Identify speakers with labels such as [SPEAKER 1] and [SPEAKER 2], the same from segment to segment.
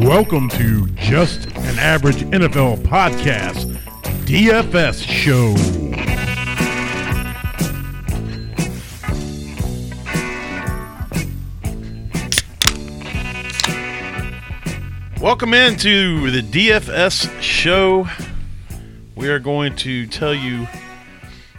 [SPEAKER 1] Welcome to Just an Average NFL Podcast DFS Show.
[SPEAKER 2] Welcome into the DFS show. We are going to tell you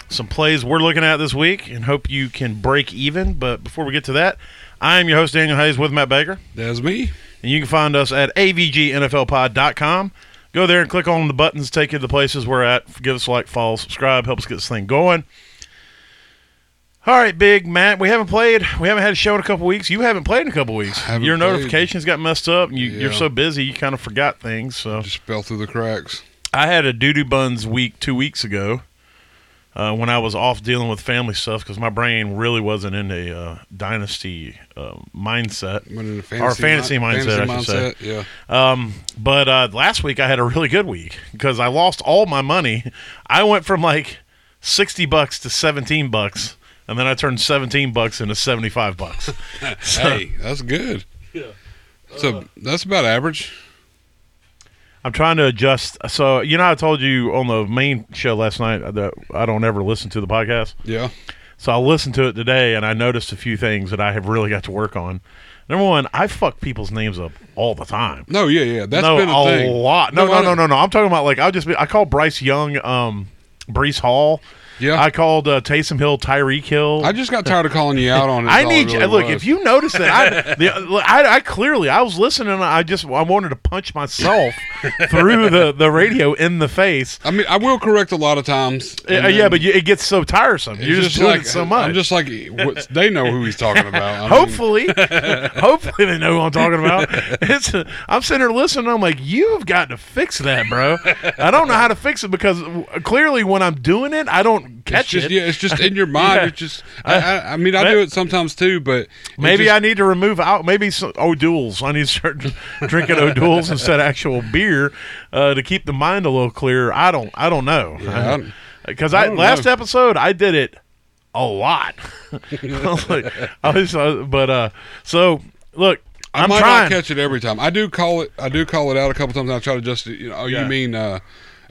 [SPEAKER 2] some plays we're looking at this week and hope you can break even. But before we get to that, I am your host, Daniel Hayes, with Matt Baker.
[SPEAKER 3] That's me.
[SPEAKER 2] And you can find us at avgnflpod.com. Go there and click on the buttons, take you to the places we're at. Give us a like, follow, subscribe, help us get this thing going. All right, Big Matt, we haven't played. We haven't had a show in a couple weeks. You haven't played in a couple weeks.
[SPEAKER 3] haven't
[SPEAKER 2] Your
[SPEAKER 3] played.
[SPEAKER 2] notifications got messed up. And you, You're
[SPEAKER 3] Yeah.
[SPEAKER 2] so busy, you kind of forgot things. So
[SPEAKER 3] Just fell through the cracks.
[SPEAKER 2] I had a doo doo buns week two weeks ago uh, when I was off dealing with family stuff because my brain really wasn't in a uh, dynasty uh, mindset.
[SPEAKER 3] Went into fantasy,
[SPEAKER 2] Or fantasy
[SPEAKER 3] mi-
[SPEAKER 2] mindset,
[SPEAKER 3] fantasy
[SPEAKER 2] I should say.
[SPEAKER 3] mindset, Yeah.
[SPEAKER 2] Um, but uh, last week I had a really good week because I lost all my money. I went from like sixty bucks to seventeen bucks, and then I turned seventeen bucks into seventy five bucks. So,
[SPEAKER 3] Hey, that's good. Yeah. So that's about average.
[SPEAKER 2] I'm trying to adjust. So you know, I told you on the main show last night that I don't ever listen to the podcast.
[SPEAKER 3] Yeah.
[SPEAKER 2] So I listened to it today, and I noticed a few things that I have really got to work on. Number one, I fuck people's names up all the time.
[SPEAKER 3] No, yeah, yeah. That's
[SPEAKER 2] no,
[SPEAKER 3] been a,
[SPEAKER 2] a,
[SPEAKER 3] thing.
[SPEAKER 2] lot. No,
[SPEAKER 3] No,
[SPEAKER 2] no,
[SPEAKER 3] I
[SPEAKER 2] no,
[SPEAKER 3] don't-
[SPEAKER 2] no, no. I'm talking about like I'll just be. I call Bryce Young, um, Brees Hall.
[SPEAKER 3] Yeah.
[SPEAKER 2] I called uh, Taysom Hill, Tyreek Hill.
[SPEAKER 3] I just got tired of calling you out on it. is
[SPEAKER 2] I
[SPEAKER 3] all
[SPEAKER 2] need
[SPEAKER 3] it
[SPEAKER 2] you.
[SPEAKER 3] really
[SPEAKER 2] look,
[SPEAKER 3] was.
[SPEAKER 2] if you notice that, I, the, look, I, I clearly I was listening. And I just I wanted to punch myself through the the radio in the face.
[SPEAKER 3] I mean, I will correct a lot of times.
[SPEAKER 2] Uh, yeah, but you, it gets so tiresome. You're just, doing
[SPEAKER 3] like
[SPEAKER 2] it so much.
[SPEAKER 3] I'm just like what, they know who he's talking about. I mean,
[SPEAKER 2] Hopefully, hopefully they know who I'm talking about. It's I'm sitting there listening. I'm like, you've got to fix that, bro. I don't know how to fix it because w- clearly when I'm doing it, I don't
[SPEAKER 3] it's
[SPEAKER 2] catch
[SPEAKER 3] just
[SPEAKER 2] it.
[SPEAKER 3] yeah, it's just in your mind.
[SPEAKER 2] Yeah.
[SPEAKER 3] It's just I, I, I mean, I do it sometimes too, but it
[SPEAKER 2] Maybe
[SPEAKER 3] just-
[SPEAKER 2] I need to remove out. Maybe some O'Doul's. I need to start drinking O'Doul's instead of actual beer uh, to keep the mind a little clearer. I don't. I don't know.
[SPEAKER 3] Yeah, I don't-
[SPEAKER 2] Because I,
[SPEAKER 3] don't
[SPEAKER 2] last
[SPEAKER 3] know.
[SPEAKER 2] episode I did it a lot. I was like, I was, uh, but uh, so look,
[SPEAKER 3] I
[SPEAKER 2] I'm
[SPEAKER 3] might
[SPEAKER 2] trying.
[SPEAKER 3] not catch it every time. I do call it. I do call it out a couple times. And I try to just. You know, oh,
[SPEAKER 2] Yeah.
[SPEAKER 3] you mean. Uh,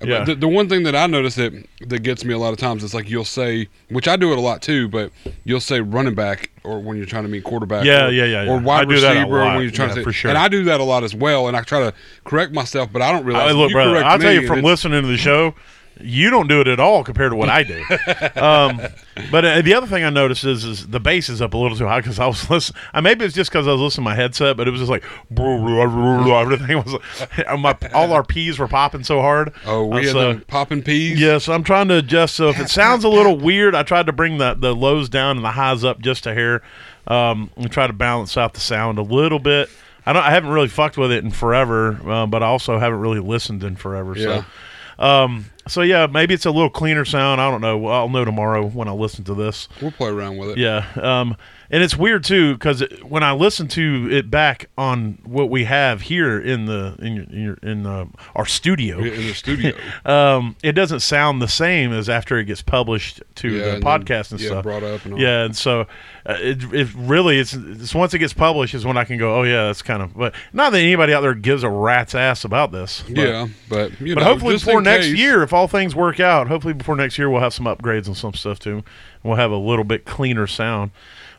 [SPEAKER 3] but
[SPEAKER 2] Yeah.
[SPEAKER 3] the, the one thing that I notice that that gets me a lot of times is like you'll say, which I do it a lot too, but you'll say running back or when you're trying to mean quarterback.
[SPEAKER 2] Yeah,
[SPEAKER 3] or,
[SPEAKER 2] yeah, yeah, yeah.
[SPEAKER 3] Or wide
[SPEAKER 2] I do that a
[SPEAKER 3] receiver or
[SPEAKER 2] lot.
[SPEAKER 3] when you're trying
[SPEAKER 2] Yeah,
[SPEAKER 3] to say.
[SPEAKER 2] for sure.
[SPEAKER 3] And I do that a lot as well, and I try to correct myself, but I don't realize.
[SPEAKER 2] I, look,
[SPEAKER 3] you
[SPEAKER 2] brother,
[SPEAKER 3] correct
[SPEAKER 2] I'll tell
[SPEAKER 3] me,
[SPEAKER 2] you from
[SPEAKER 3] and it's-
[SPEAKER 2] listening to the show, you don't do it at all compared to what I do. um, but uh, the other thing I noticed is, is the bass is up a little too high because I was listening. Uh, maybe it's just because I was listening to my headset, but it was just like everything was my, all our P's were popping so hard.
[SPEAKER 3] Oh,
[SPEAKER 2] Uh,
[SPEAKER 3] we had
[SPEAKER 2] so-
[SPEAKER 3] them popping peas.
[SPEAKER 2] Yes, I'm trying to adjust. So if it sounds a little weird, I tried to bring the, the lows down and the highs up just a hair, um, and try to balance out the sound a little bit. I don't. I haven't really fucked with it in forever, uh, but I also haven't really listened in forever.
[SPEAKER 3] Yeah.
[SPEAKER 2] So, um, so yeah, maybe it's a little cleaner sound. I don't know. I'll know tomorrow when I listen to this.
[SPEAKER 3] We'll play around with it.
[SPEAKER 2] Yeah. Um, and it's weird too because when I listen to it back on what we have here in the in your, in, your, in uh, our studio,
[SPEAKER 3] We're In the studio.
[SPEAKER 2] um, it doesn't sound the same as after it gets published to
[SPEAKER 3] Yeah,
[SPEAKER 2] the
[SPEAKER 3] and then-
[SPEAKER 2] podcast and
[SPEAKER 3] yeah,
[SPEAKER 2] stuff.
[SPEAKER 3] brought up and all.
[SPEAKER 2] yeah, and so uh, it, it really it's, it's once it gets published is when I can go, oh yeah, that's kind of. But not that anybody out there gives a rat's ass about this. But,
[SPEAKER 3] yeah, but you
[SPEAKER 2] But
[SPEAKER 3] know,
[SPEAKER 2] hopefully
[SPEAKER 3] just
[SPEAKER 2] before
[SPEAKER 3] in
[SPEAKER 2] next
[SPEAKER 3] case-
[SPEAKER 2] year, if all things work out, hopefully before next year we'll have some upgrades and some stuff too. We'll have a little bit cleaner sound.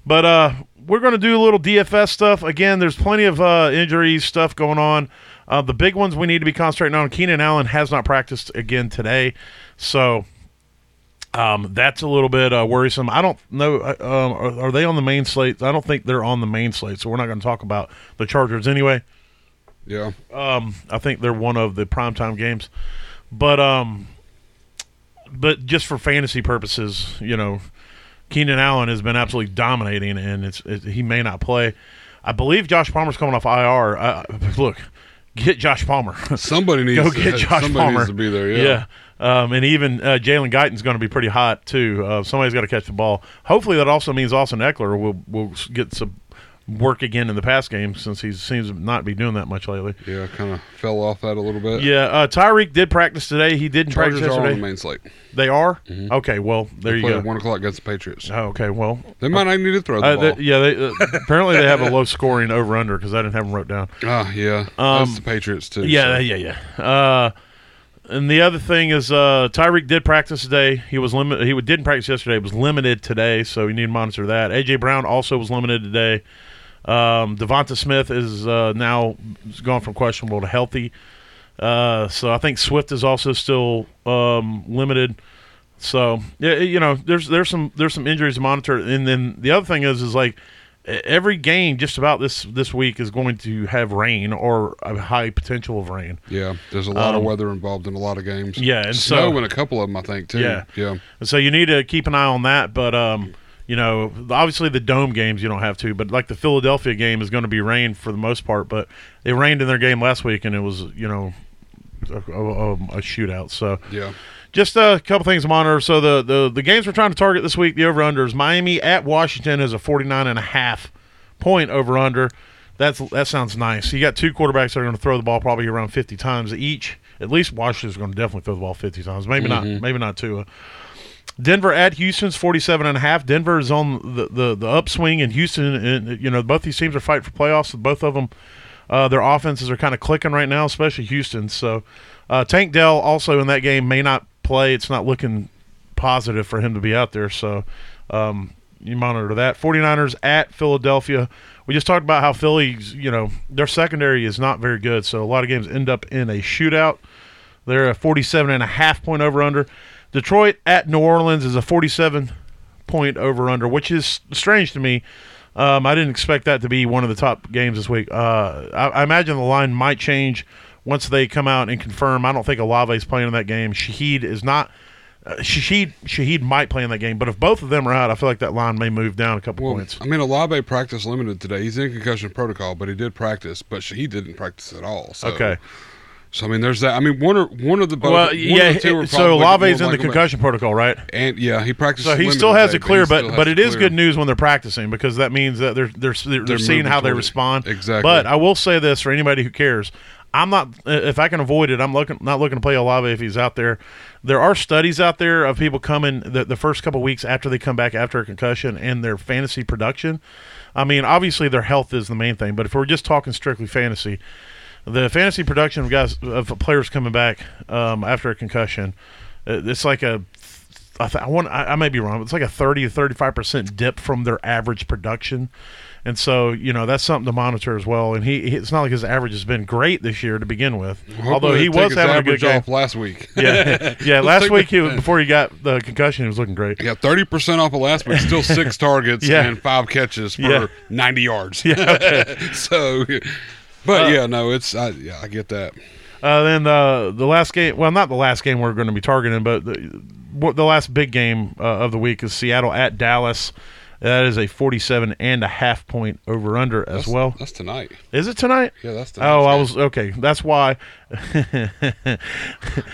[SPEAKER 2] But uh, we're going to do a little DFS stuff again. There's plenty of uh, injuries stuff going on. Uh, the big ones we need to be concentrating on. Keenan Allen has not practiced again today, so um, that's a little bit uh, worrisome. I don't know. uh, Um, are, are they on the main slate? I don't think they're on the main slate, so we're not going to talk about the Chargers anyway.
[SPEAKER 3] Yeah.
[SPEAKER 2] Um, I think they're one of the primetime games, but um, but just for fantasy purposes, you know, Keenan Allen has been absolutely dominating, and it's it, he may not play. I believe Josh Palmer's coming off IR. Uh, look, get Josh Palmer.
[SPEAKER 3] Somebody needs
[SPEAKER 2] Go
[SPEAKER 3] to,
[SPEAKER 2] get Josh
[SPEAKER 3] somebody
[SPEAKER 2] Palmer.
[SPEAKER 3] needs to be there. Yeah.
[SPEAKER 2] Um, and even uh, Jalen Guyton's going to be pretty hot too. Uh, somebody's got to catch the ball. Hopefully, that also means Austin Eckler will will s- get some work again in the pass game since he seems to not be doing that much lately.
[SPEAKER 3] Yeah, kind of fell off that a little bit.
[SPEAKER 2] Yeah, uh, Tyreek did practice today. He didn't
[SPEAKER 3] Chargers
[SPEAKER 2] practice
[SPEAKER 3] are on the
[SPEAKER 2] yesterday.
[SPEAKER 3] main slate.
[SPEAKER 2] they are okay. Well, there you
[SPEAKER 3] Play
[SPEAKER 2] go.
[SPEAKER 3] at one o'clock against the Patriots.
[SPEAKER 2] Oh, okay, well,
[SPEAKER 3] They might not need to throw the
[SPEAKER 2] uh,
[SPEAKER 3] ball.
[SPEAKER 2] th- yeah. They, uh, apparently, they have a low scoring over under because I didn't have them wrote down.
[SPEAKER 3] Ah, yeah.
[SPEAKER 2] Um,
[SPEAKER 3] That's the Patriots too.
[SPEAKER 2] Yeah,
[SPEAKER 3] so.
[SPEAKER 2] yeah, yeah. Uh, and the other thing is, uh, Tyreek did practice today. He was limited. He didn't practice yesterday. He was limited today, so you need to monitor that. AJ Brown also was limited today. Um, Devonta Smith is uh, now gone from questionable to healthy. Uh, so I think Swift is also still um, limited. So yeah, you know, there's there's some there's some injuries to monitor, and then the other thing is is like e- every game just about this this week is going to have rain or a high potential of rain.
[SPEAKER 3] Yeah, There's a lot
[SPEAKER 2] Um,
[SPEAKER 3] of weather involved in a lot of games.
[SPEAKER 2] Yeah, and
[SPEAKER 3] snow
[SPEAKER 2] so-
[SPEAKER 3] in a couple of them, I think too.
[SPEAKER 2] Yeah.
[SPEAKER 3] Yeah.
[SPEAKER 2] And so you need to keep an eye on that. But um, you know, obviously the dome games you don't have to, but like the Philadelphia game is going to be rain for the most part. But it rained in their game last week, and it was you know a, a, a shootout. So
[SPEAKER 3] Yeah.
[SPEAKER 2] just a couple things to monitor. So the, the the games we're trying to target this week, the over under is Miami at Washington is a 49 and a half point over under. That's that sounds nice. You got two quarterbacks that are going to throw the ball probably around 50 times each. At least Washington's going to definitely throw the ball 50 times. Maybe not maybe not Tua. Denver at Houston's 47 and a half. Denver is on the, the, the upswing and Houston and you know both these teams are fighting for playoffs. Both of them uh, their offenses are kind of clicking right now, especially Houston. So uh, Tank Dell also in that game may not play. It's not looking positive for him to be out there. So um, you monitor that. 49ers at Philadelphia. We just talked about how Philly's, you know, their secondary is not very good. So a lot of games end up in a shootout. They're a 47 and a half point over under. Detroit at New Orleans is a 47 point over under, which is strange to me. Um, I didn't expect that to be one of the top games this week. Uh, I, I imagine the line might change once they come out and confirm. I don't think Olave is playing in that game. Shahid is not. Uh, Shahid Shahid might play in that game, but if both of them are out, I feel like that line may move down a couple
[SPEAKER 3] Well,
[SPEAKER 2] points.
[SPEAKER 3] I mean, Olave practiced limited today. He's in concussion protocol, but he did practice. But he didn't practice at all. So.
[SPEAKER 2] Okay.
[SPEAKER 3] So I mean, there's that. I mean, one or one of the both.
[SPEAKER 2] Well,
[SPEAKER 3] uh, one of
[SPEAKER 2] yeah.
[SPEAKER 3] The two are
[SPEAKER 2] So
[SPEAKER 3] probably
[SPEAKER 2] Olave's
[SPEAKER 3] more
[SPEAKER 2] in the
[SPEAKER 3] likely-
[SPEAKER 2] concussion protocol, right?
[SPEAKER 3] And yeah, he practiced.
[SPEAKER 2] So he still has a clear, but but, it is good news when they're practicing because that means that they're they're they're,
[SPEAKER 3] They're
[SPEAKER 2] seeing
[SPEAKER 3] moving
[SPEAKER 2] how they
[SPEAKER 3] toward it.
[SPEAKER 2] respond.
[SPEAKER 3] Exactly.
[SPEAKER 2] But I will say this for anybody who cares, I'm not uh, if I can avoid it, I'm looking not looking to play Olave if he's out there. There are studies out there of people coming the, the first couple weeks after they come back after a concussion and their fantasy production. I mean, obviously their health is the main thing, but if we're just talking strictly fantasy, the fantasy production of guys of players coming back um, after a concussion, uh, it's like a I, th- I want I, I may be wrong, but it's like a thirty to thirty five percent dip from their average production, and so you know that's something to monitor as well. And he, he- it's not like his average has been great this year to begin with, although he was having a good
[SPEAKER 3] average
[SPEAKER 2] game.
[SPEAKER 3] off last week.
[SPEAKER 2] Yeah, yeah. Last week he was- before he got the concussion, he was looking great.
[SPEAKER 3] Yeah, thirty percent off of last week. Still six targets
[SPEAKER 2] Yeah.
[SPEAKER 3] and five catches for
[SPEAKER 2] Yeah.
[SPEAKER 3] ninety yards. so, but yeah, no, it's I, yeah, I get that.
[SPEAKER 2] Uh, then the the last game, well, not the last game we're going to be targeting, but the, what- the last big game uh, of the week is Seattle at Dallas. That is a 47 and a half point over under as
[SPEAKER 3] That's,
[SPEAKER 2] well.
[SPEAKER 3] that's tonight.
[SPEAKER 2] Is it tonight?
[SPEAKER 3] Yeah, that's tonight.
[SPEAKER 2] Oh, I was okay. That's why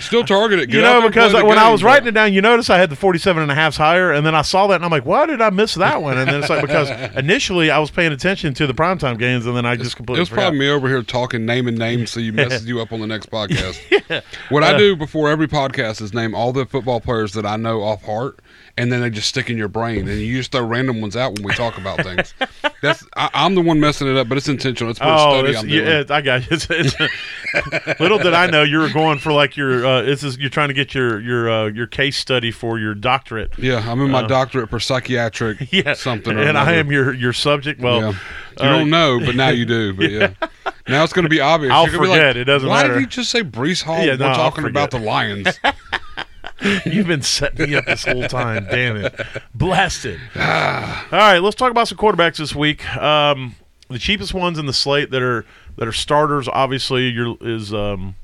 [SPEAKER 3] still target it. Get
[SPEAKER 2] you know
[SPEAKER 3] out there and play
[SPEAKER 2] because
[SPEAKER 3] the
[SPEAKER 2] when I
[SPEAKER 3] game,
[SPEAKER 2] was
[SPEAKER 3] bro.
[SPEAKER 2] writing it down, you notice I had the 47 and a half's higher, and then I saw that and I'm like, why did I miss that one? And then it's like because initially I was paying attention to the primetime games, and then I just
[SPEAKER 3] It
[SPEAKER 2] completely
[SPEAKER 3] was
[SPEAKER 2] forgot.
[SPEAKER 3] probably me over here talking name and names, so you messes you up on the next podcast. What
[SPEAKER 2] Uh,
[SPEAKER 3] I do before every podcast is name all the football players that I know off heart, and then they just stick in your brain, and you just throw random ones out when we talk about things. That's I, I'm the one messing it up, but it's intentional. It's for a
[SPEAKER 2] Oh,
[SPEAKER 3] study
[SPEAKER 2] it's,
[SPEAKER 3] I'm doing.
[SPEAKER 2] yeah, I got you. It's, it's- little did I know you were going for like your uh, it's just, you're trying to get your your uh, your case study for your doctorate.
[SPEAKER 3] Yeah, I'm in my doctorate for psychiatric
[SPEAKER 2] uh, Yeah,
[SPEAKER 3] something. Or
[SPEAKER 2] and I
[SPEAKER 3] another.
[SPEAKER 2] am your your subject. Well,
[SPEAKER 3] Yeah. You
[SPEAKER 2] uh,
[SPEAKER 3] don't know, but now you do. But yeah. Now it's going to be obvious.
[SPEAKER 2] I'll
[SPEAKER 3] You're gonna be
[SPEAKER 2] forget. It doesn't
[SPEAKER 3] Why
[SPEAKER 2] matter."
[SPEAKER 3] did you just say Brees Hall?
[SPEAKER 2] Yeah,
[SPEAKER 3] We're
[SPEAKER 2] no, I'll
[SPEAKER 3] talking about the
[SPEAKER 2] forget.
[SPEAKER 3] Lions.
[SPEAKER 2] You've been setting me up this whole time. Damn it. Blasted. All
[SPEAKER 3] Ah.
[SPEAKER 2] right, let's talk about some quarterbacks this week. Um, the cheapest ones in the slate that are that are starters, obviously, your, is um,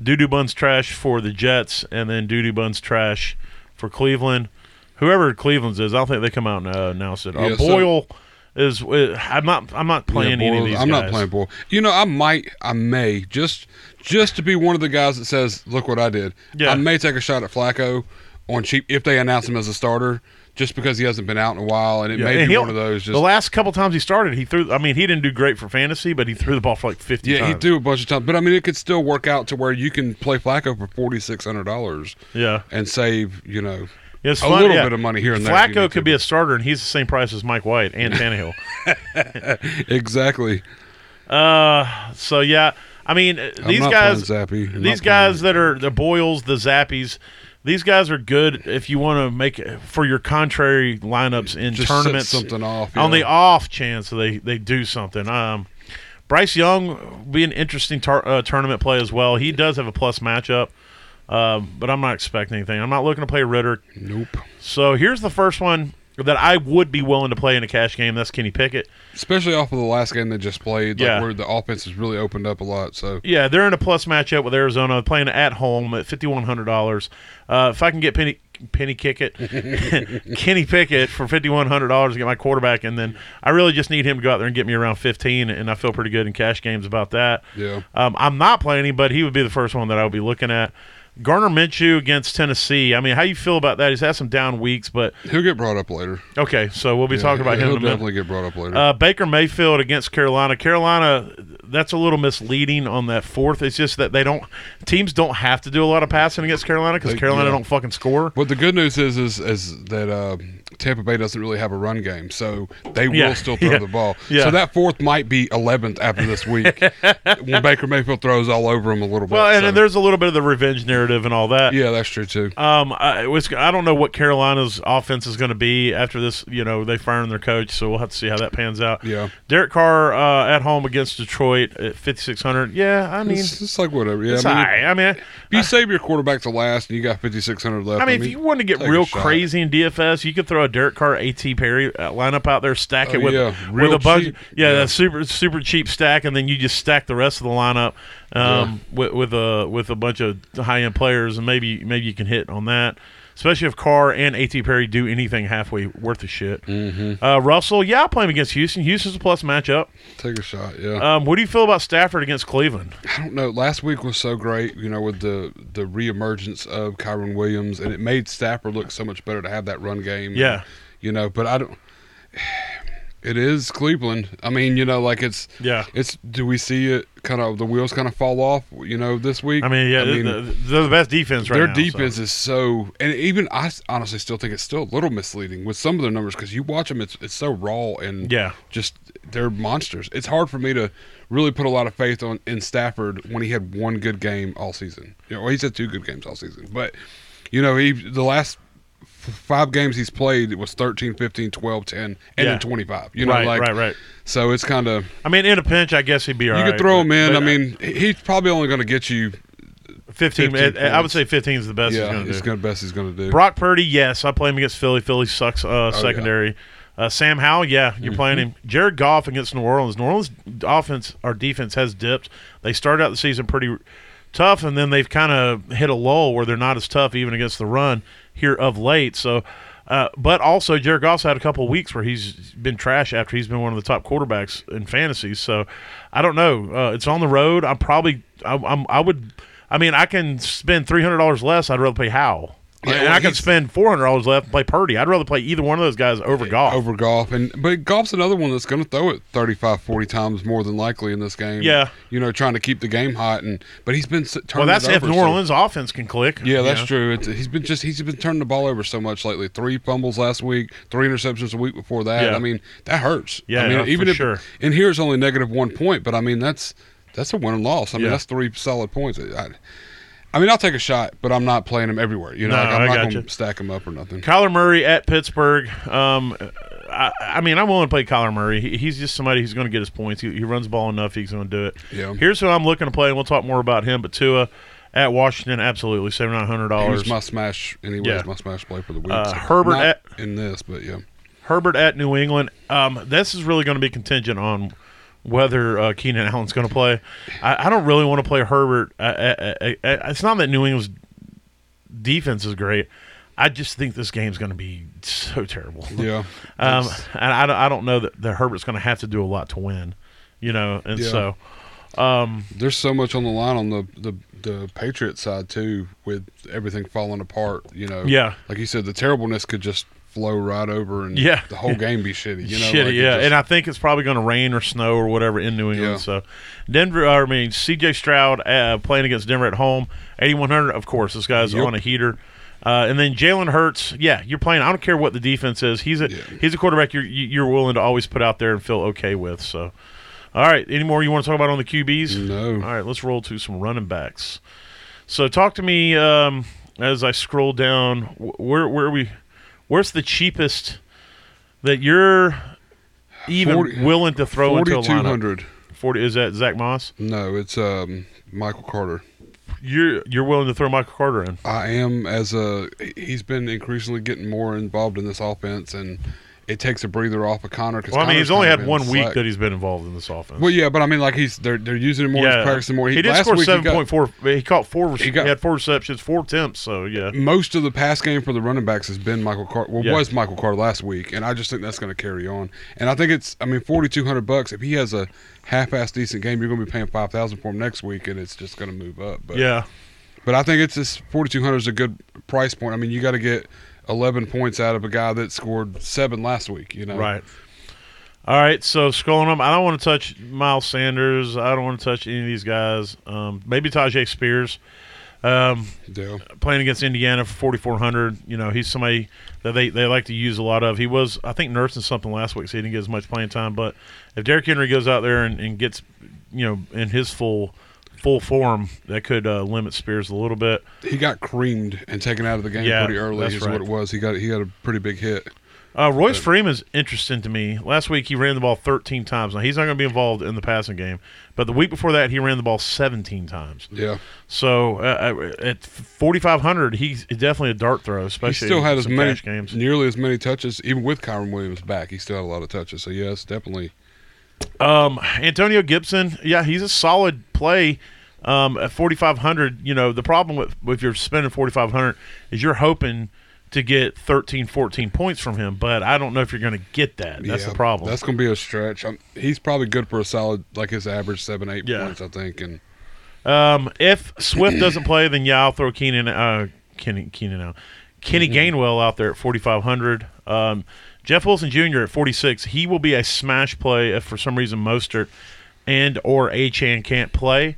[SPEAKER 2] Doodoo Buns Trash for the Jets, and then Doodoo Buns Trash for Cleveland. Whoever Cleveland's is, I don't think they come out and uh, announce it. Uh,
[SPEAKER 3] Yeah, so-
[SPEAKER 2] Boyle is. uh, I'm not. I'm not playing
[SPEAKER 3] Yeah,
[SPEAKER 2] any of
[SPEAKER 3] Boyle-
[SPEAKER 2] these.
[SPEAKER 3] I'm not
[SPEAKER 2] guys.
[SPEAKER 3] playing Boyle. You know, I might, I may just just to be one of the guys that says, "Look what I did."
[SPEAKER 2] Yeah.
[SPEAKER 3] I may take a shot at Flacco on cheap if they announce him as a starter just because he hasn't been out in a while, and it
[SPEAKER 2] Yeah,
[SPEAKER 3] may
[SPEAKER 2] and
[SPEAKER 3] be
[SPEAKER 2] he'll-
[SPEAKER 3] one of those. Just
[SPEAKER 2] the last couple times he started, he threw. I mean, he didn't do great for fantasy, but he threw the ball for like fifty.
[SPEAKER 3] yeah, he
[SPEAKER 2] times.
[SPEAKER 3] do a bunch of times, but I mean, it could still work out to where you can play Flacco for forty six hundred dollars
[SPEAKER 2] Yeah,
[SPEAKER 3] and save, you know,
[SPEAKER 2] it's
[SPEAKER 3] a
[SPEAKER 2] funny,
[SPEAKER 3] little
[SPEAKER 2] yeah.
[SPEAKER 3] bit of money here and there. if you
[SPEAKER 2] Flacco
[SPEAKER 3] need to,
[SPEAKER 2] could be a starter, and he's the same price as Mike White and Tannehill.
[SPEAKER 3] but- exactly.
[SPEAKER 2] uh, so yeah, I mean, uh,
[SPEAKER 3] I'm
[SPEAKER 2] these
[SPEAKER 3] not
[SPEAKER 2] guys,
[SPEAKER 3] playing Zappy. I'm not
[SPEAKER 2] these
[SPEAKER 3] playing
[SPEAKER 2] guys
[SPEAKER 3] him.
[SPEAKER 2] that are the Boyles, the Zappies, these guys are good if you want to make for your contrary lineups in
[SPEAKER 3] Just set
[SPEAKER 2] tournaments.
[SPEAKER 3] something off,
[SPEAKER 2] on
[SPEAKER 3] yeah.
[SPEAKER 2] the off chance they they do something. Um, Bryce Young be an interesting tar- uh, tournament play as well. He does have a plus matchup, um, but I'm not expecting anything. I'm not looking to play Ritter.
[SPEAKER 3] nope,
[SPEAKER 2] So here's the first one that I would be willing to play in a cash game. That's Kenny Pickett.
[SPEAKER 3] especially off of the last game they just played, like
[SPEAKER 2] Yeah.
[SPEAKER 3] where the offense has really opened up a lot. So
[SPEAKER 2] Yeah, they're in a plus matchup with Arizona, playing at home at fifty one hundred dollars. Uh, if I can get Penny Penny Kickett, Kenny Pickett for fifty one hundred dollars to get my quarterback, and then I really just need him to go out there and get me around fifteen, and I feel pretty good in cash games about that.
[SPEAKER 3] Yeah.
[SPEAKER 2] um, I'm not playing him, but he would be the first one that I would be looking at. Garner Minshew against Tennessee. I mean, how you feel about that? He's had some down weeks, but
[SPEAKER 3] he'll get brought up later.
[SPEAKER 2] okay. So we'll be talking about him. in
[SPEAKER 3] he'll
[SPEAKER 2] a minute.
[SPEAKER 3] definitely get brought up later.
[SPEAKER 2] Uh, Baker Mayfield against Carolina. Carolina, that's a little misleading on that fourth. It's just that they don't teams don't have to do a lot of passing against Carolina because
[SPEAKER 3] They-
[SPEAKER 2] Carolina
[SPEAKER 3] Uh, yeah.
[SPEAKER 2] don't fucking score.
[SPEAKER 3] But the good news is is, is that uh, Tampa Bay doesn't really have a run game, so they will
[SPEAKER 2] Yeah,
[SPEAKER 3] still throw
[SPEAKER 2] yeah,
[SPEAKER 3] the ball.
[SPEAKER 2] yeah.
[SPEAKER 3] So that fourth might be 11th after this week when Baker Mayfield throws all over him a little bit.
[SPEAKER 2] Well, and,
[SPEAKER 3] so-
[SPEAKER 2] and there's a little bit of the revenge narrative and all that.
[SPEAKER 3] yeah, that's true too.
[SPEAKER 2] Um, I, it was, I don't know what Carolina's offense is going to be after this. You know, they firing their coach, so we'll have to see how that pans out.
[SPEAKER 3] Yeah.
[SPEAKER 2] Derek Carr uh, at home against Detroit at 5600. Yeah, I mean,
[SPEAKER 3] It's,
[SPEAKER 2] it's,
[SPEAKER 3] it's like whatever. Yeah,
[SPEAKER 2] all
[SPEAKER 3] I mean,
[SPEAKER 2] right. I mean,
[SPEAKER 3] if you save your quarterback to last and you got 5600 left.
[SPEAKER 2] I mean, if you want to get
[SPEAKER 3] take a
[SPEAKER 2] real
[SPEAKER 3] shot.
[SPEAKER 2] crazy in DFS, you could throw a Derek Carr, At Perry uh, lineup out there, stack it
[SPEAKER 3] Oh,
[SPEAKER 2] with
[SPEAKER 3] yeah.
[SPEAKER 2] with
[SPEAKER 3] Real
[SPEAKER 2] a bunch,
[SPEAKER 3] cheap.
[SPEAKER 2] yeah,
[SPEAKER 3] Yeah.
[SPEAKER 2] that super super cheap stack, and then you just stack the rest of the lineup um, with with a with a bunch of high end players, and maybe maybe you can hit on that. Especially if Carr and At Perry do anything halfway worth of shit.
[SPEAKER 3] Mm-hmm.
[SPEAKER 2] Uh, Russell, yeah, I play him against Houston. Houston's a plus matchup.
[SPEAKER 3] take a shot, yeah.
[SPEAKER 2] Um, what do you feel about Stafford against Cleveland?
[SPEAKER 3] I don't know. Last week was so great, you know, with the the reemergence of Kyron Williams, and it made Stafford look so much better to have that run game.
[SPEAKER 2] Yeah.
[SPEAKER 3] you know, but I don't. It is Cleveland. I mean, you know, like it's
[SPEAKER 2] Yeah.
[SPEAKER 3] It's do we see it kind of the wheels kind of fall off? You know, this week.
[SPEAKER 2] I mean, yeah, they're, they're the best defense right
[SPEAKER 3] their
[SPEAKER 2] now. so.
[SPEAKER 3] defense is so, and even I s- honestly still think it's still a little misleading with some of their numbers because you watch them, it's it's so raw and
[SPEAKER 2] Yeah.
[SPEAKER 3] just they're monsters. It's hard for me to really put a lot of faith on in Stafford when he had one good game all season. You know, well, he's had two good games all season, but you know, he the last f- five games he's played it was 13 15 12 10 and
[SPEAKER 2] Yeah.
[SPEAKER 3] then 25 you know
[SPEAKER 2] Right,
[SPEAKER 3] like
[SPEAKER 2] right, right.
[SPEAKER 3] so it's kind of
[SPEAKER 2] I mean, in a pinch, I guess he'd be all
[SPEAKER 3] you
[SPEAKER 2] right.
[SPEAKER 3] could throw
[SPEAKER 2] but-
[SPEAKER 3] him in
[SPEAKER 2] but,
[SPEAKER 3] i mean he- he's probably only going to get you
[SPEAKER 2] 15,
[SPEAKER 3] 15
[SPEAKER 2] I- I would
[SPEAKER 3] points.
[SPEAKER 2] say 15 is the best he's
[SPEAKER 3] yeah
[SPEAKER 2] going to
[SPEAKER 3] it's
[SPEAKER 2] do.
[SPEAKER 3] going to best he's going to do
[SPEAKER 2] Brock Purdy, yes. I play him against Philly. Philly sucks uh, secondary. Uh, Sam Howell, yeah, you're playing him. Jared Goff against New Orleans. New Orleans offense or defense has dipped. They started out the season pretty tough, and then they've kind of hit a lull where they're not as tough even against the run here of late. So, uh, but also Jared Goff's had a couple of weeks where he's been trash after he's been one of the top quarterbacks in fantasy. So, I don't know. Uh, it's on the road. I'm probably I, I'm I would. I mean, I can spend three hundred dollars less. I'd rather play Howell.
[SPEAKER 3] Yeah,
[SPEAKER 2] and
[SPEAKER 3] well,
[SPEAKER 2] I can
[SPEAKER 3] he's-
[SPEAKER 2] spend four hundred dollars left and play Purdy. I'd rather play either one of those guys over golf.
[SPEAKER 3] over golf and but golf's another one that's going to throw it 35 40 times more than likely in this game
[SPEAKER 2] Yeah.
[SPEAKER 3] you know trying to keep the game hot and but he's been s-
[SPEAKER 2] well,
[SPEAKER 3] turning
[SPEAKER 2] that's
[SPEAKER 3] it
[SPEAKER 2] if
[SPEAKER 3] over,
[SPEAKER 2] New
[SPEAKER 3] so-
[SPEAKER 2] Orleans offense can click.
[SPEAKER 3] yeah that's
[SPEAKER 2] You know?
[SPEAKER 3] true it's, he's been just he's been turning the ball over so much lately three fumbles last week three interceptions the week before that
[SPEAKER 2] Yeah.
[SPEAKER 3] i mean that hurts
[SPEAKER 2] Yeah,
[SPEAKER 3] i mean
[SPEAKER 2] yeah, for
[SPEAKER 3] even if
[SPEAKER 2] sure.
[SPEAKER 3] and here it's only negative one point but i mean that's that's a win and loss i mean
[SPEAKER 2] Yeah.
[SPEAKER 3] that's three solid points I, I mean, I'll take a shot, but I'm not playing him everywhere. You know,
[SPEAKER 2] No,
[SPEAKER 3] like, I'm
[SPEAKER 2] I
[SPEAKER 3] not
[SPEAKER 2] gotcha.
[SPEAKER 3] going to stack him up or nothing.
[SPEAKER 2] Kyler Murray at Pittsburgh. Um, I, I mean, I'm willing to play Kyler Murray. He, he's just somebody who's going to get his points. He, he runs the ball enough. He's going to do it.
[SPEAKER 3] Yeah.
[SPEAKER 2] Here's who I'm looking to play, and we'll talk more about him. But Tua at Washington, absolutely seventy nine hundred
[SPEAKER 3] He
[SPEAKER 2] dollars.
[SPEAKER 3] was my smash, and he was
[SPEAKER 2] Yeah.
[SPEAKER 3] my smash play for the week.
[SPEAKER 2] Uh,
[SPEAKER 3] so-
[SPEAKER 2] Herbert
[SPEAKER 3] Not
[SPEAKER 2] at-
[SPEAKER 3] in this, but yeah,
[SPEAKER 2] Herbert at New England. Um, this is really going to be contingent on whether uh, Keenan Allen's going to play. I, I don't really want to play Herbert. I, I, I, I, it's not that New England's defense is great. I just think this game's going to be so terrible.
[SPEAKER 3] yeah.
[SPEAKER 2] Um,
[SPEAKER 3] It's-
[SPEAKER 2] and I, don't- I don't know that, that Herbert's going to have to do a lot to win, you know, and
[SPEAKER 3] Yeah.
[SPEAKER 2] so
[SPEAKER 3] there's so much on the line on the the the Patriots side too, with everything falling apart. You know,
[SPEAKER 2] Yeah.
[SPEAKER 3] like you said, the terribleness could just flow right over and
[SPEAKER 2] Yeah.
[SPEAKER 3] the whole game be shitty. You know,
[SPEAKER 2] Shitty,
[SPEAKER 3] Like, it
[SPEAKER 2] yeah.
[SPEAKER 3] just-
[SPEAKER 2] and I think it's probably going to rain or snow or whatever in New England.
[SPEAKER 3] Yeah.
[SPEAKER 2] So, Denver, I mean, CJ Stroud uh, playing against Denver at home, 8,100. Of course, this guy's
[SPEAKER 3] Yep.
[SPEAKER 2] on a heater. Uh, and then Jalen Hurts, yeah, you're playing. I don't care what the defense is. He's a
[SPEAKER 3] Yeah.
[SPEAKER 2] he's a quarterback you're you- you're willing to always put out there and feel okay with. So, all right, any more you want to talk about on the QBs?
[SPEAKER 3] No.
[SPEAKER 2] All right, let's roll to some running backs. So talk to me um, as I scroll down. wh- Where where are we? Where's the cheapest that you're even
[SPEAKER 3] 40
[SPEAKER 2] willing to throw into a lineup?
[SPEAKER 3] 4200
[SPEAKER 2] Forty is that Zach Moss?
[SPEAKER 3] no it's um michael carter
[SPEAKER 2] You're you're willing to throw Michael Carter in?
[SPEAKER 3] i am as a he's been increasingly getting more involved in this offense and it takes a breather off of connor because
[SPEAKER 2] Well, I mean, he's only had one week that he's been involved in this offense.
[SPEAKER 3] well yeah but i mean like he's they're, they're using him more he's practicing more
[SPEAKER 2] He, did score
[SPEAKER 3] week he
[SPEAKER 2] seven
[SPEAKER 3] got-
[SPEAKER 2] point four. He caught four. He,
[SPEAKER 3] he got-
[SPEAKER 2] had four receptions, four attempts. So yeah,
[SPEAKER 3] most of the pass game for the running backs has been Michael Carter. Well,
[SPEAKER 2] Yeah.
[SPEAKER 3] was Michael Carter last week, and I just think that's going to carry on. And I think it's, I mean, forty two hundred bucks. If he has a half-ass decent game, you're going to be paying five thousand for him next week, and it's just going to move up. But
[SPEAKER 2] yeah.
[SPEAKER 3] but I think it's this forty two hundred is a good price point. I mean, you got to get eleven points out of a guy that scored seven last week. You know,
[SPEAKER 2] Right. All right. So scrolling up, I don't want to touch Miles Sanders. I don't want to touch any of these guys. Um, maybe Tajay Spears um,
[SPEAKER 3] Yeah.
[SPEAKER 2] playing against Indiana for 4,400. You know, he's somebody that they, they like to use a lot of. He was, I think, nursing something last week, so he didn't get as much playing time. But if Derrick Henry goes out there and, and gets, you know, in his full full form, that could uh, limit Spears a little bit.
[SPEAKER 3] He got creamed and taken out of the game
[SPEAKER 2] Yeah,
[SPEAKER 3] pretty early.
[SPEAKER 2] that's
[SPEAKER 3] Is
[SPEAKER 2] right.
[SPEAKER 3] what it was. He got he got a pretty big hit.
[SPEAKER 2] Uh, Royce Freeman's interesting to me. Last week he ran the ball 13 times. Now he's not going to be involved in the passing game, but the week before that he ran the ball 17 times.
[SPEAKER 3] Yeah.
[SPEAKER 2] So uh, uh, at 4,500, he's definitely a dart throw,
[SPEAKER 3] He
[SPEAKER 2] especially
[SPEAKER 3] still had
[SPEAKER 2] in
[SPEAKER 3] as
[SPEAKER 2] some
[SPEAKER 3] many,
[SPEAKER 2] cash games.
[SPEAKER 3] nearly as many touches, even with Kyron Williams back. He still had a lot of touches. So yes, definitely.
[SPEAKER 2] Um, Antonio Gibson, yeah, he's a solid play. Um, at 4,500, you know the problem with if you're spending 4,500 is you're hoping to get 13, 14 points from him, but I don't know if you're going to get that. That's
[SPEAKER 3] Yeah,
[SPEAKER 2] the problem.
[SPEAKER 3] That's going to be a stretch. i he's probably good for a solid, like his average seven, eight
[SPEAKER 2] Yeah.
[SPEAKER 3] points, I think. And
[SPEAKER 2] Um, if Swift doesn't play, then yeah, I'll throw Keenan, uh, Kenny, Keenan out. Kenny
[SPEAKER 3] Mm-hmm.
[SPEAKER 2] Gainwell out there at 4,500. Um, Jeff Wilson Jr. at 46. He will be a smash play if for some reason Mostert and or Achan can't play.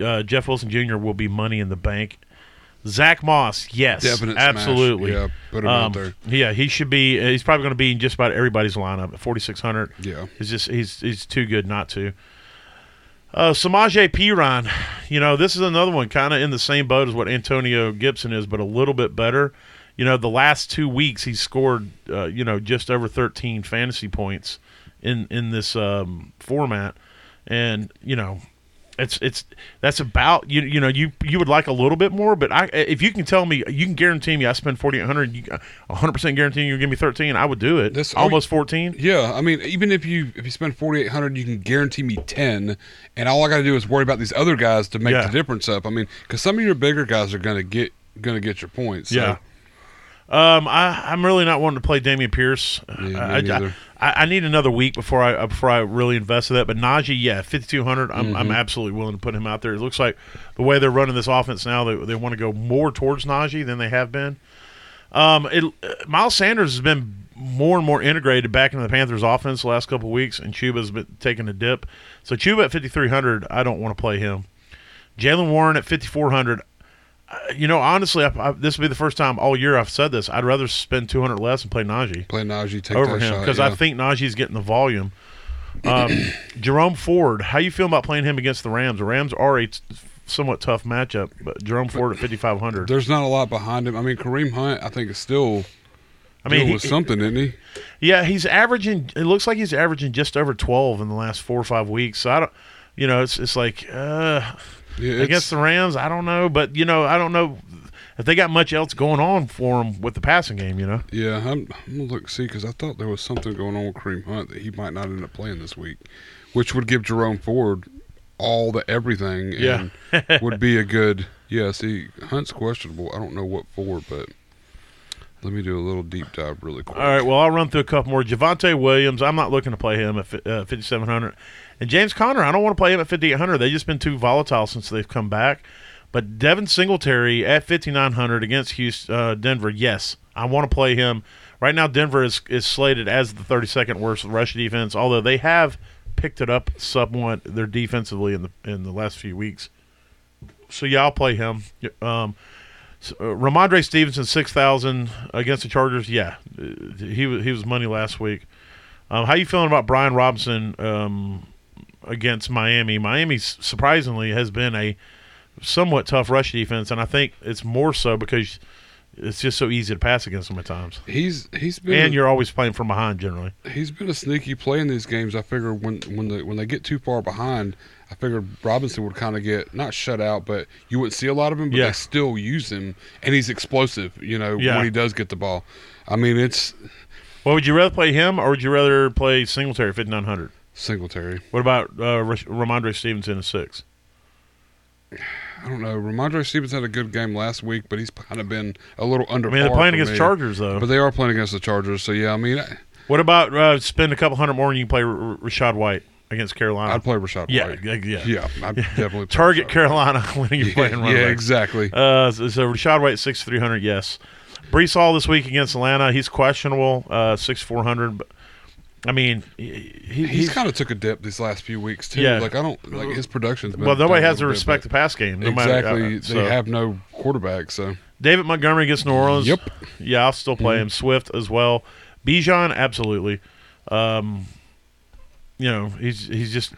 [SPEAKER 2] Uh, Jeff Wilson Jr. will be money in the bank. Zach Moss, yes,
[SPEAKER 3] Definite smash.
[SPEAKER 2] absolutely. Um,
[SPEAKER 3] Yeah, put him out there.
[SPEAKER 2] Yeah, he should be. uh, He's probably going to be in just about everybody's lineup at 4,600.
[SPEAKER 3] Yeah.
[SPEAKER 2] he's just he's he's too good not to. Uh, Samaje Piran, you know, this is another one kind of in the same boat as what Antonio Gibson is, but a little bit better. You know, the last two weeks he scored, uh, you know, just over 13 fantasy points in in this um, format, and you know, it's it's that's about you you know you you would like a little bit more, but I if you can tell me you can guarantee me I spend 4800, you 100 percent guaranteeing you will give me 13, I would do it.
[SPEAKER 3] This-
[SPEAKER 2] almost 14.
[SPEAKER 3] yeah, I mean, even if you if you spend forty eight hundred, you can guarantee me ten, and all I got to do is worry about these other guys to make
[SPEAKER 2] Yeah.
[SPEAKER 3] the difference up. I mean, because some of your bigger guys are going to get going to get your points. So,
[SPEAKER 2] Yeah. Um, I, I'm really not wanting to play Damian Pierce.
[SPEAKER 3] me
[SPEAKER 2] I, I,
[SPEAKER 3] neither.
[SPEAKER 2] I, I need another week before I uh, before I really invest in that. But Najee, yeah, 5200. I'm, I'm
[SPEAKER 3] Mm-hmm.
[SPEAKER 2] absolutely willing to put him out there. It looks like the way they're running this offense now, they, they want to go more towards Najee than they have been. Um, it, uh, Miles Sanders has been more and more integrated back into the Panthers' offense the last couple of weeks, and Chuba's been taking a dip. So Chuba at 5300, I don't want to play him. Jalen Warren at 5400. Uh, You know, honestly, I, I, this will be the first time all year I've said this. I'd rather spend 200 less and play Najee
[SPEAKER 3] play Najee, take
[SPEAKER 2] over
[SPEAKER 3] that
[SPEAKER 2] him
[SPEAKER 3] shot,
[SPEAKER 2] because I
[SPEAKER 3] yeah.
[SPEAKER 2] think Najee's getting the volume. Um, Jerome Ford, how you feeling about playing him against the Rams? The Rams are a t- somewhat tough matchup, but Jerome Ford at 5500.
[SPEAKER 3] there's not a lot behind him. I mean, Kareem Hunt, I think is still.
[SPEAKER 2] I mean,
[SPEAKER 3] dealing
[SPEAKER 2] he-
[SPEAKER 3] with something, isn't he?
[SPEAKER 2] Yeah, he's averaging. It looks like he's averaging just over twelve in the last four or five weeks. So I don't, you know, it's it's like uh,
[SPEAKER 3] Yeah,
[SPEAKER 2] I
[SPEAKER 3] it's-
[SPEAKER 2] guess the Rams. I don't know, but you know, I don't know if they got much else going on for him with the passing game. You know,
[SPEAKER 3] Yeah, I'm, I'm gonna look see because I thought there was something going on with Kareem Hunt that he might not end up playing this week, which would give Jerome Ford all the everything.
[SPEAKER 2] Yeah.
[SPEAKER 3] and would be a good. Yeah, see, Hunt's questionable. I don't know what for, but let me do a little deep dive really quick.
[SPEAKER 2] All right, well, I'll run through a couple more. Javante Williams, I'm not looking to play him at fi- uh, 5,700. And James Conner, I don't want to play him at 5,800. They've just been too volatile since they've come back. But Devin Singletary at 5,900 against Houston, uh, Denver, yes, I want to play him Right now, Denver is, is slated as the 32nd worst rush defense, although they have picked it up somewhat. They're defensively in the in the last few weeks. So yeah, I'll play him. Yeah, Um, so, uh, Ramondre Stevenson six thousand against the Chargers. Yeah, uh, he was he was money last week. Um, how you feeling about Brian Robinson um, against Miami? Miami s- surprisingly has been a somewhat tough rush defense, and I think it's more so because it's just so easy to pass against them at times.
[SPEAKER 3] He's he's been
[SPEAKER 2] And you're always playing from behind generally.
[SPEAKER 3] he's been a sneaky play in these games. I figure when when the when they get too far behind, I figured Robinson would kind of get not shut out, but you wouldn't see a lot of him. But
[SPEAKER 2] Yeah.
[SPEAKER 3] they still use him, and he's explosive. You know
[SPEAKER 2] Yeah.
[SPEAKER 3] when he does get the ball. I mean, it's
[SPEAKER 2] Well, would you rather play him or would you rather play Singletary 5900?
[SPEAKER 3] Singletary.
[SPEAKER 2] What about uh, Rash- Ramondre Stevenson at six?
[SPEAKER 3] I don't know. Ramondre Stevens had a good game last week, but he's kind of been a little under.
[SPEAKER 2] I mean, they're
[SPEAKER 3] par
[SPEAKER 2] playing
[SPEAKER 3] for
[SPEAKER 2] against
[SPEAKER 3] me.
[SPEAKER 2] Chargers though.
[SPEAKER 3] but they are playing against the Chargers. So yeah, I mean, I,
[SPEAKER 2] what about uh, spend a couple hundred more and you can play R- R- Rashad White against Carolina?
[SPEAKER 3] I'd play Rashad
[SPEAKER 2] Oh. yeah,
[SPEAKER 3] White.
[SPEAKER 2] yeah, yeah.
[SPEAKER 3] yeah, I'd definitely play
[SPEAKER 2] Target
[SPEAKER 3] Rashad
[SPEAKER 2] Carolina when you're
[SPEAKER 3] White.
[SPEAKER 2] playing
[SPEAKER 3] Yeah,
[SPEAKER 2] running
[SPEAKER 3] yeah,
[SPEAKER 2] back.
[SPEAKER 3] exactly.
[SPEAKER 2] Uh, so, so Rashad White six three hundred. Yes, Brees Hall this week against Atlanta. He's questionable. Uh, six four hundred. I mean, he, he-
[SPEAKER 3] He's, kind of took a dip these last few weeks too.
[SPEAKER 2] Yeah.
[SPEAKER 3] Like I don't like his production's been
[SPEAKER 2] well, nobody
[SPEAKER 3] down a
[SPEAKER 2] has to
[SPEAKER 3] little bit,
[SPEAKER 2] respect the pass game.
[SPEAKER 3] but
[SPEAKER 2] No matter-
[SPEAKER 3] exactly.
[SPEAKER 2] uh,
[SPEAKER 3] They
[SPEAKER 2] so.
[SPEAKER 3] have no quarterback, so
[SPEAKER 2] David Montgomery against New Orleans.
[SPEAKER 3] Yep. Mm-hmm.
[SPEAKER 2] Yeah, I'll still play him. Swift as well. Bijan, absolutely. Um, you know, he's he's just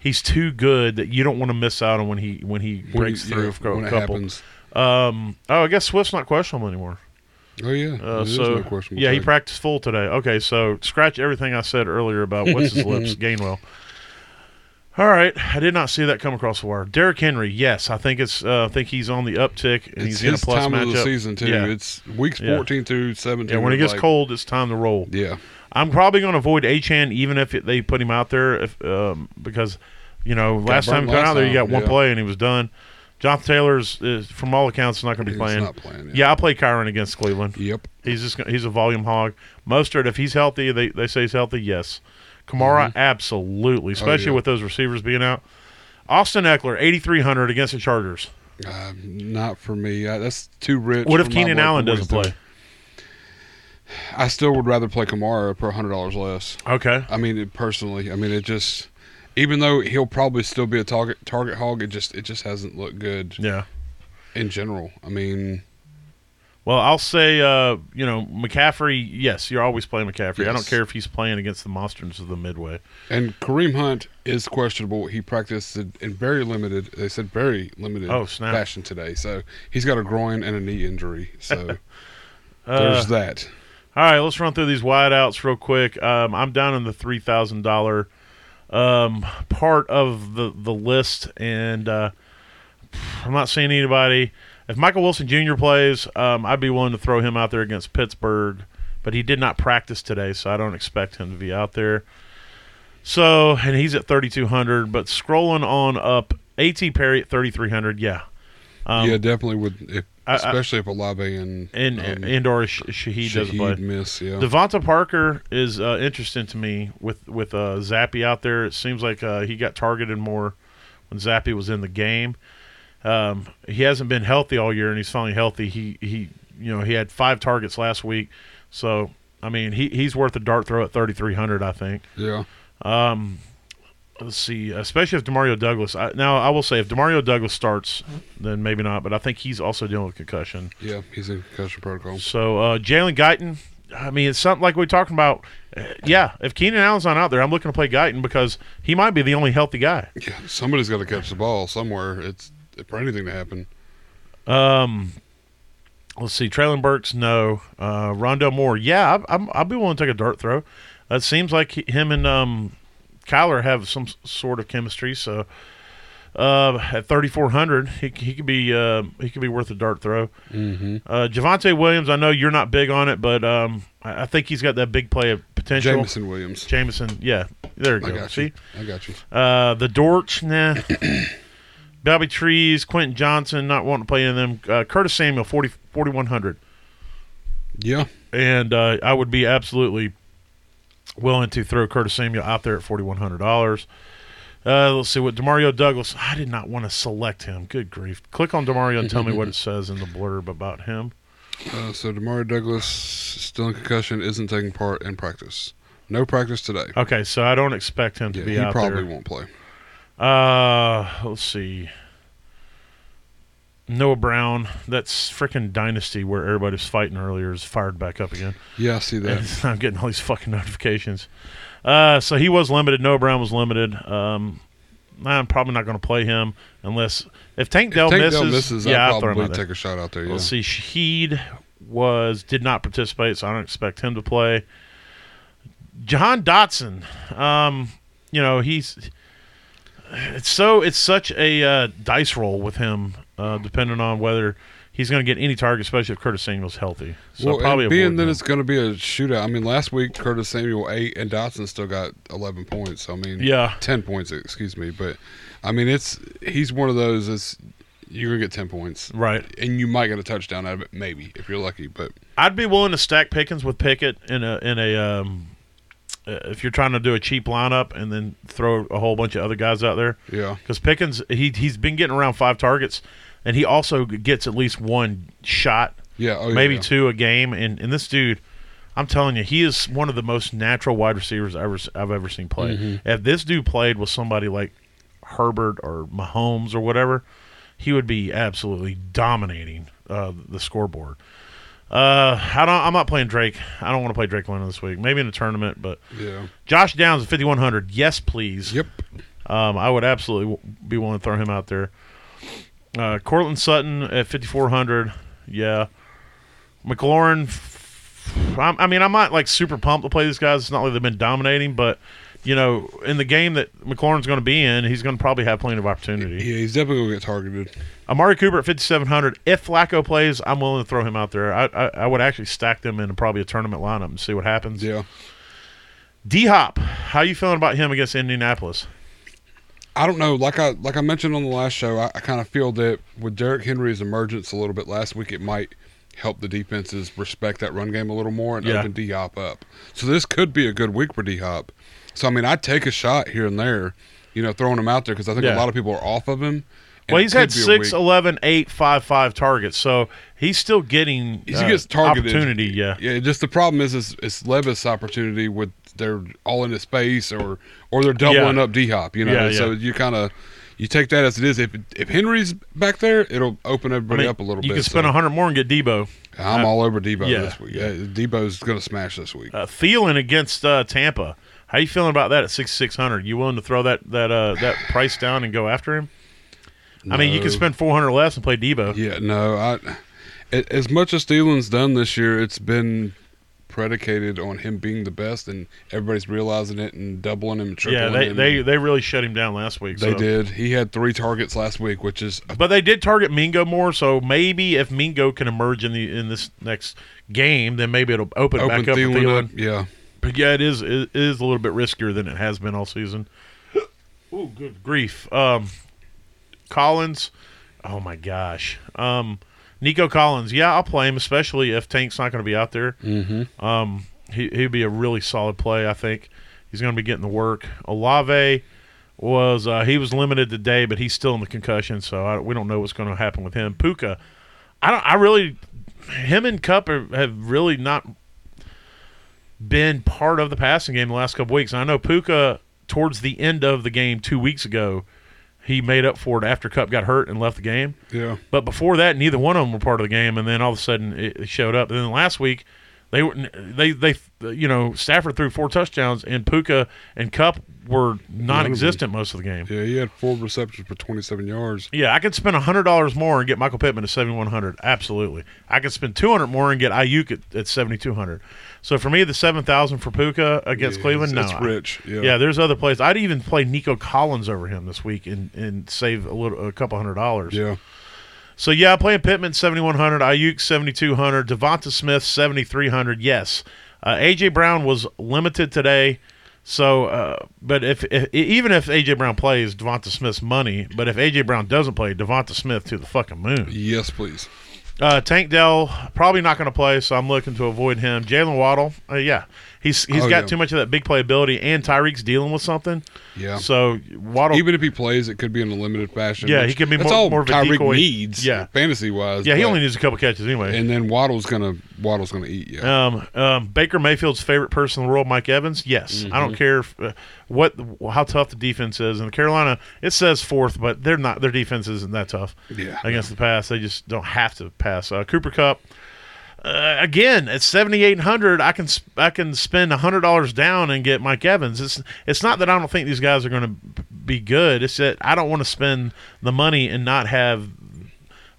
[SPEAKER 2] he's too good that you don't want to miss out on when he when he
[SPEAKER 3] when
[SPEAKER 2] breaks
[SPEAKER 3] you-
[SPEAKER 2] through
[SPEAKER 3] yeah,
[SPEAKER 2] a cou-
[SPEAKER 3] when it
[SPEAKER 2] couple.
[SPEAKER 3] happens.
[SPEAKER 2] Um, oh, I guess Swift's not questionable anymore.
[SPEAKER 3] Oh yeah.
[SPEAKER 2] Uh,
[SPEAKER 3] There's
[SPEAKER 2] so
[SPEAKER 3] no question
[SPEAKER 2] yeah, he
[SPEAKER 3] with that.
[SPEAKER 2] practiced full today. Okay, so scratch everything I said earlier about what's his lips Gainwell. All right, I did not see that come across the wire. Derrick Henry, yes, I think it's uh, I think he's on the uptick and
[SPEAKER 3] it's
[SPEAKER 2] he's in a
[SPEAKER 3] his
[SPEAKER 2] plus
[SPEAKER 3] time
[SPEAKER 2] matchup.
[SPEAKER 3] of the season too.
[SPEAKER 2] Yeah.
[SPEAKER 3] It's weeks
[SPEAKER 2] Yeah.
[SPEAKER 3] fourteen through seventeen.
[SPEAKER 2] yeah, when it
[SPEAKER 3] they're
[SPEAKER 2] gets
[SPEAKER 3] like-
[SPEAKER 2] cold, it's time to roll.
[SPEAKER 3] Yeah.
[SPEAKER 2] I'm probably going to avoid Achan even if it, they put him out there if, um, because you know last time
[SPEAKER 3] burnt
[SPEAKER 2] he got
[SPEAKER 3] last
[SPEAKER 2] out there, he got
[SPEAKER 3] time,
[SPEAKER 2] one
[SPEAKER 3] yeah.
[SPEAKER 2] play and he was done. Jonathan Taylor's is, from all accounts not going to be
[SPEAKER 3] He's
[SPEAKER 2] playing.
[SPEAKER 3] not playing.
[SPEAKER 2] yeah, I will play Kyron against Cleveland.
[SPEAKER 3] Yep.
[SPEAKER 2] He's just gonna- he's a volume hog. Mostert, if he's healthy, they, they say he's healthy. Yes, Kamara, absolutely, especially
[SPEAKER 3] Mm-hmm. Oh, yeah.
[SPEAKER 2] with those receivers being out. Austin Eckler, eighty three hundred against the Chargers.
[SPEAKER 3] Uh, not for me. Uh, that's too rich.
[SPEAKER 2] What if
[SPEAKER 3] for my
[SPEAKER 2] Keenan
[SPEAKER 3] blood
[SPEAKER 2] Allen
[SPEAKER 3] for what
[SPEAKER 2] doesn't play?
[SPEAKER 3] he's doing. I still would rather play Kamara for hundred dollars less.
[SPEAKER 2] Okay,
[SPEAKER 3] I mean, it, personally, I mean, it just, even though he'll probably still be a target target hog, it just it just hasn't looked good
[SPEAKER 2] yeah.
[SPEAKER 3] in general. I mean,
[SPEAKER 2] Well, I'll say, uh, you know, McCaffrey. Yes, you're always playing McCaffrey. I don't
[SPEAKER 3] Yes.
[SPEAKER 2] care if he's playing against the monsters of the Midway.
[SPEAKER 3] and Kareem Hunt is questionable. He practiced in in very limited. They said very limited
[SPEAKER 2] Oh, snap.
[SPEAKER 3] fashion today, so he's got a groin and a knee injury. So
[SPEAKER 2] Uh,
[SPEAKER 3] there's that.
[SPEAKER 2] All right, let's run through these wideouts real quick. Um, I'm down in the three thousand dollar um, part of the the list, and uh, I'm not seeing anybody. If Michael Wilson Jr. plays, um, I'd be willing to throw him out there against Pittsburgh, but he did not practice today, so I don't expect him to be out there. So, and he's at 3,200, but scrolling on up, At Perry at 3,300. Yeah, um,
[SPEAKER 3] yeah, definitely would, if,
[SPEAKER 2] I- I-
[SPEAKER 3] especially if Olave and
[SPEAKER 2] and
[SPEAKER 3] um,
[SPEAKER 2] and or Sh- Shaheed, doesn't play.
[SPEAKER 3] Shaheed miss. Yeah,
[SPEAKER 2] Devonta Parker is uh, interesting to me with with uh, Zappy out there. It seems like uh, he got targeted more when Zappy was in the game. Um, he hasn't been healthy all year, and he's finally healthy. He he you know he had five targets last week, so I mean he, he's worth a dart throw at thirty three hundred. I think.
[SPEAKER 3] yeah.
[SPEAKER 2] Um, let's see, especially if Demario Douglas. I, now I will say if Demario Douglas starts, then maybe not, but I think he's also dealing with concussion.
[SPEAKER 3] Yeah, he's in concussion protocol.
[SPEAKER 2] So uh, Jalen Guyton, I mean, it's something like we are talking about. Uh, yeah, if Keenan Allen's not out there, I'm looking to play Guyton because he might be the only healthy guy.
[SPEAKER 3] Yeah, somebody's got to catch the ball somewhere. It's for anything to happen.
[SPEAKER 2] Um, let's see, Traylon Burks, no. Uh, Rondo Moore, yeah, I, I'm, I'll be willing to take a dart throw. It seems like he, him and um, Kyler have some s- sort of chemistry. So uh, at 3,400, he, he could be uh, he could be worth a dart throw.
[SPEAKER 3] Mm-hmm.
[SPEAKER 2] Uh, Javante Williams, I know you're not big on it, but um, I, I think he's got that big play of potential.
[SPEAKER 3] Jameson Williams.
[SPEAKER 2] Jameson, yeah, there you
[SPEAKER 3] I
[SPEAKER 2] go.
[SPEAKER 3] got
[SPEAKER 2] See,
[SPEAKER 3] you. I got you.
[SPEAKER 2] uh, the Dorch, nah. Bobby Trees, Quentin Johnson, not wanting to play in them. Uh, Curtis Samuel, 40, 4,100.
[SPEAKER 3] Yeah,
[SPEAKER 2] And uh, I would be absolutely willing to throw Curtis Samuel out there at $4,100. Uh, let's see what Demario Douglas. I did not want to select him. Good grief! Click on Demario and tell me what it says in the blurb about him.
[SPEAKER 3] Uh, so Demario Douglas still in concussion, isn't taking part in practice. No practice today.
[SPEAKER 2] Okay, so I don't expect him to
[SPEAKER 3] Yeah,
[SPEAKER 2] be
[SPEAKER 3] he
[SPEAKER 2] out
[SPEAKER 3] probably
[SPEAKER 2] there.
[SPEAKER 3] won't play.
[SPEAKER 2] Uh, let's see. Noah Brown, that's freaking dynasty where everybody was fighting earlier is fired back up again.
[SPEAKER 3] Yeah, I see that.
[SPEAKER 2] And I'm getting all these fucking notifications. Uh, so he was limited. Noah Brown was limited. Um, I'm probably not going to play him unless if Tank Dell
[SPEAKER 3] Tank
[SPEAKER 2] misses.
[SPEAKER 3] Dell misses.
[SPEAKER 2] yeah,
[SPEAKER 3] I'll
[SPEAKER 2] I'll throw him
[SPEAKER 3] probably
[SPEAKER 2] out there.
[SPEAKER 3] take a shot out there. Yeah.
[SPEAKER 2] Let's see. Shahid was did not participate, so I don't expect him to play. Jahan Dotson, um, you know he's it's so it's such a uh, dice roll with him, uh, depending on whether he's going to get any target, especially if Curtis Samuel's healthy. So
[SPEAKER 3] well,
[SPEAKER 2] probably
[SPEAKER 3] and being
[SPEAKER 2] avoid
[SPEAKER 3] that
[SPEAKER 2] him.
[SPEAKER 3] it's going to be a shootout. I mean, last week Curtis Samuel eight and Dotson still got eleven points. So, I mean,
[SPEAKER 2] yeah,
[SPEAKER 3] ten points. Excuse me, but I mean, it's he's one of those. It's you're gonna get ten points,
[SPEAKER 2] right.
[SPEAKER 3] and you might get a touchdown out of it, maybe if you're lucky. But
[SPEAKER 2] I'd be willing to stack Pickens with Pickett in a in a um, uh, if you're trying to do a cheap lineup and then throw a whole bunch of other guys out there.
[SPEAKER 3] yeah,
[SPEAKER 2] because Pickens he he's been getting around five targets, and he also gets at least one shot,
[SPEAKER 3] yeah, oh, yeah,
[SPEAKER 2] maybe
[SPEAKER 3] yeah.
[SPEAKER 2] two a game. And and this dude, I'm telling you, he is one of the most natural wide receivers I ever I've ever seen play.
[SPEAKER 3] Mm-hmm.
[SPEAKER 2] If this dude played with somebody like Herbert or Mahomes or whatever, he would be absolutely dominating uh, the scoreboard. Uh, I don't. I'm not playing Drake. I don't want to play Drake London this week. Maybe in a tournament, but
[SPEAKER 3] yeah,
[SPEAKER 2] Josh Downs at 5100. Yes, please.
[SPEAKER 3] yep.
[SPEAKER 2] Um, I would absolutely w- be willing to throw him out there. Uh, Cortland Sutton at 5,400. Yeah. McLaurin. f- I'm, I mean, I'm not like super pumped to play these guys. It's not like they've been dominating, but, you know, in the game that McLaurin's going to be in, he's going to probably have plenty of opportunity.
[SPEAKER 3] Yeah, he's definitely gonna get targeted.
[SPEAKER 2] Amari Cooper at 5,700. If Flacco plays, I'm willing to throw him out there. I, I, I would actually stack them in probably a tournament lineup and see what happens.
[SPEAKER 3] Yeah,
[SPEAKER 2] D Hop, how you feeling about him against Indianapolis?
[SPEAKER 3] I don't know. Like I like I mentioned on the last show, I, I kind of feel that with Derrick Henry's emergence a little bit last week, it might help the defenses respect that run game a little more and
[SPEAKER 2] Yeah.
[SPEAKER 3] open D Hop up. So this could be a good week for D Hop. So I mean, I take a shot here and there, you know, throwing him out there because I think
[SPEAKER 2] Yeah.
[SPEAKER 3] a lot of people are off of him. and
[SPEAKER 2] Well,
[SPEAKER 3] it
[SPEAKER 2] he's
[SPEAKER 3] could
[SPEAKER 2] had
[SPEAKER 3] be a
[SPEAKER 2] 6,
[SPEAKER 3] week-
[SPEAKER 2] 11, 8, 5, 5 targets, so he's still getting
[SPEAKER 3] He
[SPEAKER 2] uh,
[SPEAKER 3] gets targeted.
[SPEAKER 2] opportunity. Yeah,
[SPEAKER 3] Yeah, just the problem is, is it's Levis opportunity with they're all in his space or or they're doubling
[SPEAKER 2] Yeah.
[SPEAKER 3] up D Hop, you know.
[SPEAKER 2] Yeah,
[SPEAKER 3] So
[SPEAKER 2] yeah.
[SPEAKER 3] you kind of you take that as it is. If if Henry's back there, it'll open
[SPEAKER 2] I
[SPEAKER 3] everybody
[SPEAKER 2] mean,
[SPEAKER 3] up a little
[SPEAKER 2] you
[SPEAKER 3] bit.
[SPEAKER 2] can spend
[SPEAKER 3] so
[SPEAKER 2] a hundred more and get Debo.
[SPEAKER 3] I'm all over Debo
[SPEAKER 2] yeah,
[SPEAKER 3] this week. Yeah, Debo's gonna smash this week.
[SPEAKER 2] Uh, Thielen against uh, Tampa. How you feeling about that at sixty six hundred? You willing to throw that that uh, that price down and go after him? I mean, you
[SPEAKER 3] No.
[SPEAKER 2] can spend four hundred less and play Debo.
[SPEAKER 3] Yeah, no, I. a- As much as Thielen's done this year, it's been predicated on him being the best, and everybody's realizing it and doubling him, and tripling
[SPEAKER 2] Yeah, they,
[SPEAKER 3] him.
[SPEAKER 2] they they really shut him down last week.
[SPEAKER 3] they
[SPEAKER 2] so.
[SPEAKER 3] did. He had three targets last week, which is
[SPEAKER 2] But they did target Mingo more, so maybe if Mingo can emerge in the in this next game, then maybe it'll open,
[SPEAKER 3] open
[SPEAKER 2] back up. for
[SPEAKER 3] Thielen
[SPEAKER 2] Thielen.
[SPEAKER 3] up. Yeah.
[SPEAKER 2] But yeah, it is it is a little bit riskier than it has been all season. Ooh, good grief. Um, Collins, oh my gosh. Um, Nico Collins, yeah, I'll play him, especially if Tank's not going to be out there.
[SPEAKER 3] Mm-hmm.
[SPEAKER 2] Um, he he'd be a really solid play, I think. He's going to be getting the work. Olave was uh, he was limited today, but he's still in the concussion, so I, we don't know what's going to happen with him. Puka, I don't. I really, him and Cup are, have really not been part of the passing game the last couple weeks. And I know Puka towards the end of the game two weeks ago, he made up for it after Cup got hurt and left the game.
[SPEAKER 3] Yeah.
[SPEAKER 2] But before that, neither one of them were part of the game, and then all of a sudden it it showed up. And then last week, they were they they you know Stafford threw four touchdowns, and Puka and Cup were non-existent most of the game.
[SPEAKER 3] Yeah, he had four receptions for 27 yards.
[SPEAKER 2] Yeah, I could spend hundred dollars more and get Michael Pittman at seventy one hundred. Absolutely, I could spend two hundred more and get Ayuk at, at seventy two hundred. So for me, the seven thousand for Puka against
[SPEAKER 3] Yeah,
[SPEAKER 2] Cleveland,
[SPEAKER 3] it's-
[SPEAKER 2] no,
[SPEAKER 3] it's rich. Yeah.
[SPEAKER 2] yeah, there's other plays. I'd even play Nico Collins over him this week and, and save a little a couple hundred dollars.
[SPEAKER 3] Yeah.
[SPEAKER 2] So yeah, I'm playing Pittman 7100, Ayuk 7200, Devonta Smith 7300. Yes, uh, AJ Brown was limited today. So, uh, but if, if even if AJ Brown plays, Devonta Smith's money. But if AJ Brown doesn't play, Devonta Smith to the fucking moon.
[SPEAKER 3] Yes, please.
[SPEAKER 2] Uh, Tank Dell probably not going to play, so I'm looking to avoid him. Jalen Waddle, uh, yeah, He's he's
[SPEAKER 3] Oh,
[SPEAKER 2] got
[SPEAKER 3] yeah.
[SPEAKER 2] too much of that big playability, and Tyreek's dealing with something.
[SPEAKER 3] Yeah.
[SPEAKER 2] So Waddle,
[SPEAKER 3] Even if he plays, it could be in a limited fashion.
[SPEAKER 2] Yeah,
[SPEAKER 3] which-
[SPEAKER 2] he could be
[SPEAKER 3] that's
[SPEAKER 2] more-
[SPEAKER 3] all
[SPEAKER 2] more of a
[SPEAKER 3] Tyreek
[SPEAKER 2] decoy.
[SPEAKER 3] needs.
[SPEAKER 2] Yeah.
[SPEAKER 3] fantasy wise.
[SPEAKER 2] yeah, he only needs a couple catches anyway.
[SPEAKER 3] And then Waddle's gonna Waddle's gonna eat you.
[SPEAKER 2] Um, um, Baker Mayfield's favorite person in the world, Mike Evans. Yes, I
[SPEAKER 3] Mm-hmm.
[SPEAKER 2] don't care if, uh, what how tough the defense is, and Carolina it says fourth, but they're not. Their defense isn't that tough
[SPEAKER 3] Yeah.
[SPEAKER 2] against the pass. They just don't have to pass. Uh, Cooper Cup. Uh, again, at seventy eight hundred, I can sp- I can spend hundred dollars down and get Mike Evans. It's it's not that I don't think these guys are going to be good. It's that I don't want to spend the money and not have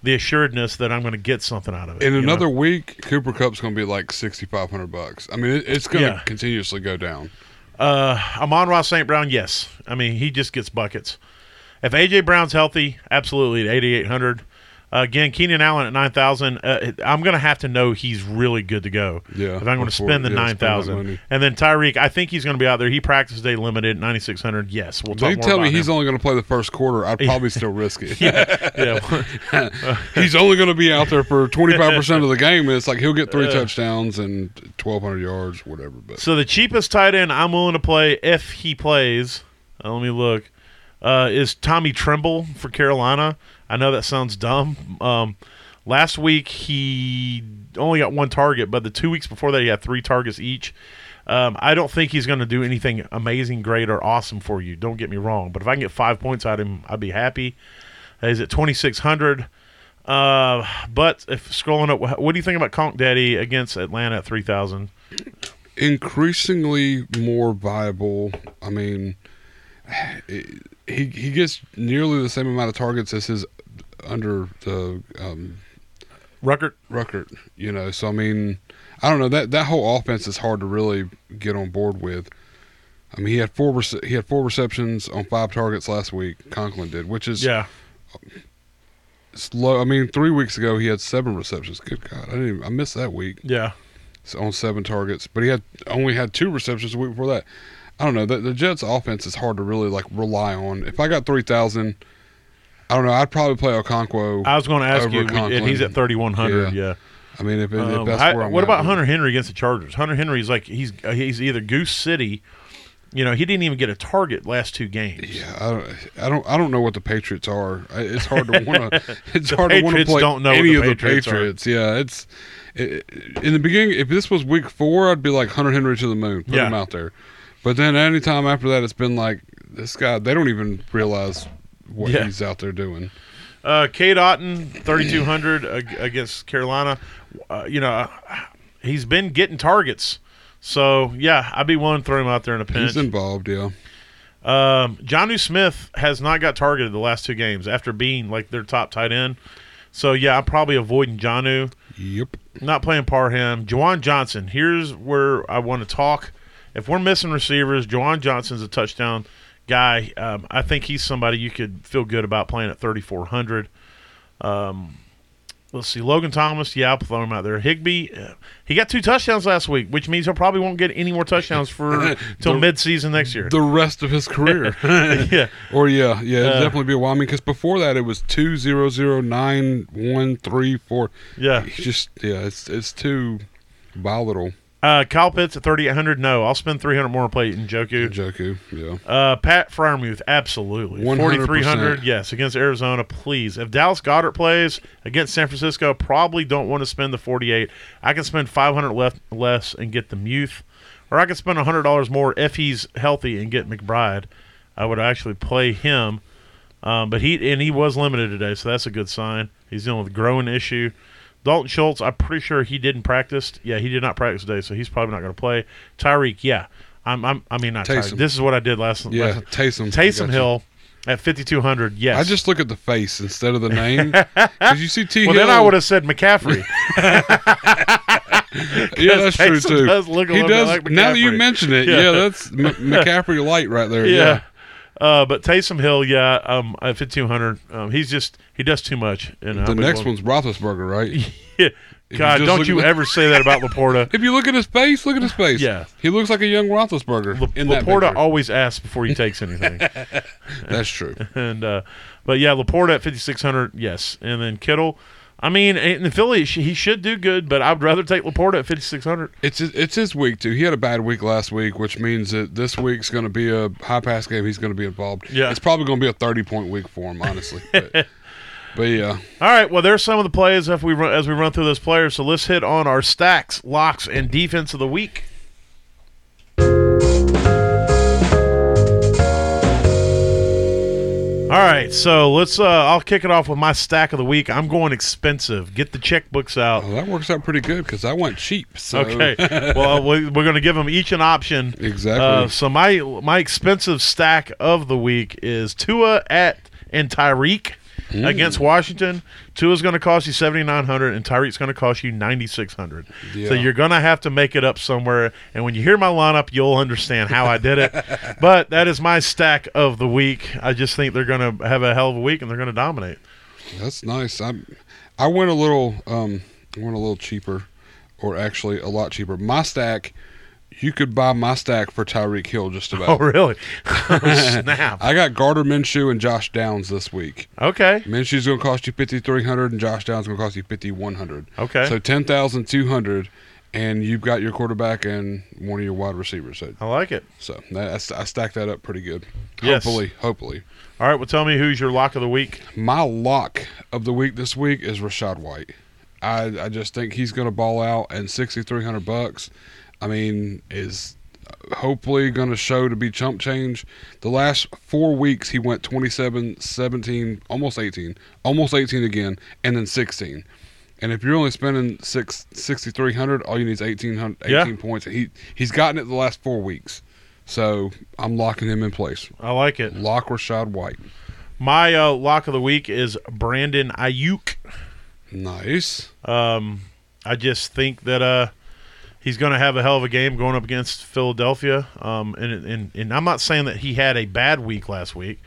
[SPEAKER 2] the assuredness that I'm going to get something out of it.
[SPEAKER 3] In
[SPEAKER 2] you know?
[SPEAKER 3] another week, Cooper Cup's gonna be like sixty five hundred bucks. I mean, it, it's gonna
[SPEAKER 2] Yeah.
[SPEAKER 3] continuously go down.
[SPEAKER 2] Uh, Amon Ross St. Brown, yes. I mean, he just gets buckets. If AJ Brown's healthy, absolutely at 8,800. Uh, again, Keenan Allen at 9,000. Uh, I'm going to have to know he's really good to go.
[SPEAKER 3] Yeah,
[SPEAKER 2] If I'm going to
[SPEAKER 3] before-
[SPEAKER 2] spend the
[SPEAKER 3] yeah, spend that
[SPEAKER 2] 9,000.
[SPEAKER 3] money.
[SPEAKER 2] And then Tyreek, I think he's going to be out there. He practiced day limited, 9,600. Yes. We'll
[SPEAKER 3] If
[SPEAKER 2] talk
[SPEAKER 3] They
[SPEAKER 2] more
[SPEAKER 3] tell me
[SPEAKER 2] about
[SPEAKER 3] he's
[SPEAKER 2] him.
[SPEAKER 3] only gonna play the first quarter. I'd probably still risk it.
[SPEAKER 2] yeah.
[SPEAKER 3] he's only gonna be out there for twenty five percent of the game. And it's like he'll get three touchdowns and twelve hundred yards, whatever. But
[SPEAKER 2] So the cheapest tight end I'm willing to play if he plays, uh, let me look, uh, is Tommy Trimble for Carolina. I know that sounds dumb. Um, last week he only got one target, but the two weeks before that he had three targets each. Um, I don't think he's going to do anything amazing, great, or awesome for you. Don't get me wrong, but if I can get five points out of him, I'd be happy. Uh, He's at 2600. Uh, but if scrolling up, what do you think about Conk Daddy against Atlanta at 3000?
[SPEAKER 3] increasingly more viable. I mean, it- he he gets nearly the same amount of targets as his under the um,
[SPEAKER 2] Ruckert,
[SPEAKER 3] Ruckert. You know, so I mean, I don't know that that whole offense is hard to really get on board with. I mean, he had four rece- he had four receptions on five targets last week. Conklin did, which is
[SPEAKER 2] yeah.
[SPEAKER 3] slow. I mean, three weeks ago he had seven receptions. Good God, I didn't even, I missed that week.
[SPEAKER 2] Yeah.
[SPEAKER 3] s- on seven targets, but he had only had two receptions the week before that. I don't know. The, the Jets' offense is hard to really like rely on. If I got three thousand, I don't know. I'd probably play Okonkwo.
[SPEAKER 2] I was going to ask
[SPEAKER 3] Over
[SPEAKER 2] you, and he's at
[SPEAKER 3] Conklin.
[SPEAKER 2] 3,100. Yeah.
[SPEAKER 3] Yeah. I mean, if, it- if
[SPEAKER 2] Um,
[SPEAKER 3] that's
[SPEAKER 2] I-
[SPEAKER 3] where I'm
[SPEAKER 2] what
[SPEAKER 3] at
[SPEAKER 2] about
[SPEAKER 3] with it.
[SPEAKER 2] Hunter Henry against the Chargers? Hunter Henry's like, he's uh, he's either Goose City, you know, he didn't even get a target last two games.
[SPEAKER 3] Yeah, I don't, I don't, I don't know what the Patriots are. I- It's hard to want to. It's hard to want to
[SPEAKER 2] Patriots
[SPEAKER 3] play
[SPEAKER 2] don't know what
[SPEAKER 3] any
[SPEAKER 2] the
[SPEAKER 3] of the
[SPEAKER 2] Patriots
[SPEAKER 3] Patriots.
[SPEAKER 2] are.
[SPEAKER 3] Yeah, it's it, in the beginning. If this was week four, I'd be like Hunter Henry to the moon, put
[SPEAKER 2] Yeah.
[SPEAKER 3] him out there. But then any time after that, it's been like this guy. They don't even realize what
[SPEAKER 2] Yeah.
[SPEAKER 3] he's out there doing.
[SPEAKER 2] Uh, Kate Otten, 3,200 ag- against Carolina. Uh, you know, uh, he's been getting targets. So, yeah, I'd be willing to throw him out there in a pinch.
[SPEAKER 3] He's involved. Yeah,
[SPEAKER 2] Um, Johnu Smith has not got targeted the last two games after being like their top tight end. So, yeah, I'm probably avoiding Johnu.
[SPEAKER 3] yep.
[SPEAKER 2] not playing Parham. Jawan Johnson. Here's where I want to talk. If we're missing receivers, Jawan Johnson's a touchdown guy. Um, I think he's somebody you could feel good about playing at 3,400. Um, let's see. Logan Thomas. Yeah, I'll throw him out there. Higby. Uh, he got two touchdowns last week, which means he probably won't get any more touchdowns for till midseason next year.
[SPEAKER 3] The rest of his career.
[SPEAKER 2] yeah.
[SPEAKER 3] Or yeah, yeah, it'd
[SPEAKER 2] Uh,
[SPEAKER 3] definitely be a while. I mean, because before that it was two zero zero nine one three four.
[SPEAKER 2] Yeah.
[SPEAKER 3] It's just yeah, it's it's too volatile.
[SPEAKER 2] Uh, Kyle Pitts at 3,800. No, I'll spend 300 more on play Njoku.
[SPEAKER 3] Joku, yeah,
[SPEAKER 2] Uh, Pat Fryermuth, absolutely.
[SPEAKER 3] 100%.
[SPEAKER 2] 4,300, yes, against Arizona, please. If Dallas Goddard plays against San Francisco, probably don't want to spend the 48. I can spend 500 left, less and get the Muth, or I can spend $100 more if he's healthy and get McBride. I would actually play him. Um, but he and he was limited today, so that's a good sign. He's dealing with a growing issue. Dalton Schultz, I'm pretty sure he didn't practice. Yeah, he did not practice today, so he's probably not going to play. Tyreek, yeah, I'm, I'm I mean not Tyreek.
[SPEAKER 3] Taysom.
[SPEAKER 2] This is what I did last.
[SPEAKER 3] yeah.
[SPEAKER 2] last
[SPEAKER 3] Taysom,
[SPEAKER 2] Taysom
[SPEAKER 3] gotcha.
[SPEAKER 2] Hill at 5200. Yes.
[SPEAKER 3] I just look at the face instead of the name because you see T.
[SPEAKER 2] well,
[SPEAKER 3] Hill,
[SPEAKER 2] then I would have said McCaffrey.
[SPEAKER 3] Yeah, that's true
[SPEAKER 2] Taysom
[SPEAKER 3] too.
[SPEAKER 2] does look a
[SPEAKER 3] he
[SPEAKER 2] little bit
[SPEAKER 3] does.
[SPEAKER 2] like
[SPEAKER 3] now that you
[SPEAKER 2] McCaffrey.
[SPEAKER 3] mention it,
[SPEAKER 2] Yeah.
[SPEAKER 3] yeah, that's M- McCaffrey light right there. Yeah.
[SPEAKER 2] yeah. Uh, but Taysom Hill, yeah, um, at 5200, um, he's just he does too much. And
[SPEAKER 3] The next one's Roethlisberger, right? you
[SPEAKER 2] God,
[SPEAKER 3] just
[SPEAKER 2] don't
[SPEAKER 3] look
[SPEAKER 2] you
[SPEAKER 3] at the-
[SPEAKER 2] ever say that about Laporta.
[SPEAKER 3] If you look at his face, look at his face.
[SPEAKER 2] Yeah.
[SPEAKER 3] he looks like a young Roethlisberger.
[SPEAKER 2] La-
[SPEAKER 3] in that
[SPEAKER 2] Laporta
[SPEAKER 3] picture.
[SPEAKER 2] always asks before he takes anything.
[SPEAKER 3] that's true.
[SPEAKER 2] and uh, but yeah, Laporta at 5600, yes, and then Kittle. I mean, in Philly, sh- he should do good, but I'd rather take Laporta at 5,600.
[SPEAKER 3] It's his, it's his week too. He had a bad week last week, which means that this week's going to be a high pass game. He's going to be involved.
[SPEAKER 2] Yeah.
[SPEAKER 3] it's probably going to be a thirty point week for him, honestly. But, but yeah,
[SPEAKER 2] All right, well, there's some of the plays as we run, as we run through those players. So let's hit on our stacks, locks, and defense of the week. All right, so let's. Uh, I'll kick it off with my stack of the week. I'm going expensive. Get the checkbooks out.
[SPEAKER 3] well, that works out pretty good because I went cheap. So.
[SPEAKER 2] Okay. well, we, we're going to give them each an option.
[SPEAKER 3] Exactly.
[SPEAKER 2] Uh, so my my expensive stack of the week is Tua at and Tyreek against Washington. Tua's going to cost you seventy nine hundred, and Tyreek's going to cost you ninety six hundred. So
[SPEAKER 3] Yeah.
[SPEAKER 2] you're going to have to make it up somewhere. And when you hear my lineup, you'll understand how I did it. but that is my stack of the week. I just think they're going to have a hell of a week, and they're going to dominate.
[SPEAKER 3] That's nice. I I went a little um I went a little cheaper, or actually a lot cheaper. My stack, you could buy my stack for Tyreek Hill just about.
[SPEAKER 2] Oh, really? Snap.
[SPEAKER 3] I got Gardner Minshew and Josh Downs this week.
[SPEAKER 2] Okay.
[SPEAKER 3] Minshew's going to cost you fifty three hundred, and Josh Downs going to cost you fifty one hundred.
[SPEAKER 2] Okay.
[SPEAKER 3] So ten thousand two hundred, and you've got your quarterback and one of your wide receivers. So,
[SPEAKER 2] I like it.
[SPEAKER 3] so that, I stacked that up pretty good.
[SPEAKER 2] Yes.
[SPEAKER 3] Hopefully, hopefully.
[SPEAKER 2] All right. Well, tell me who's your lock of the week.
[SPEAKER 3] My lock of the week this week is Rashad White. I, I just think he's going to ball out, and sixty three hundred bucks. I mean, is hopefully going to show to be chump change. The last four weeks he went 27, 17, almost eighteen, almost eighteen again, and then sixteen. And if you're only spending six sixty three hundred, all you need is eighteen hundred,
[SPEAKER 2] Yeah.
[SPEAKER 3] eighteen points. He he's gotten it the last four weeks, so I'm locking him in place.
[SPEAKER 2] I like it.
[SPEAKER 3] Lock Rashad White.
[SPEAKER 2] My uh, lock of the week is Brandon Ayuk.
[SPEAKER 3] Nice.
[SPEAKER 2] Um, I just think that uh, he's going to have a hell of a game going up against Philadelphia. Um, and, and and I'm not saying that he had a bad week last week,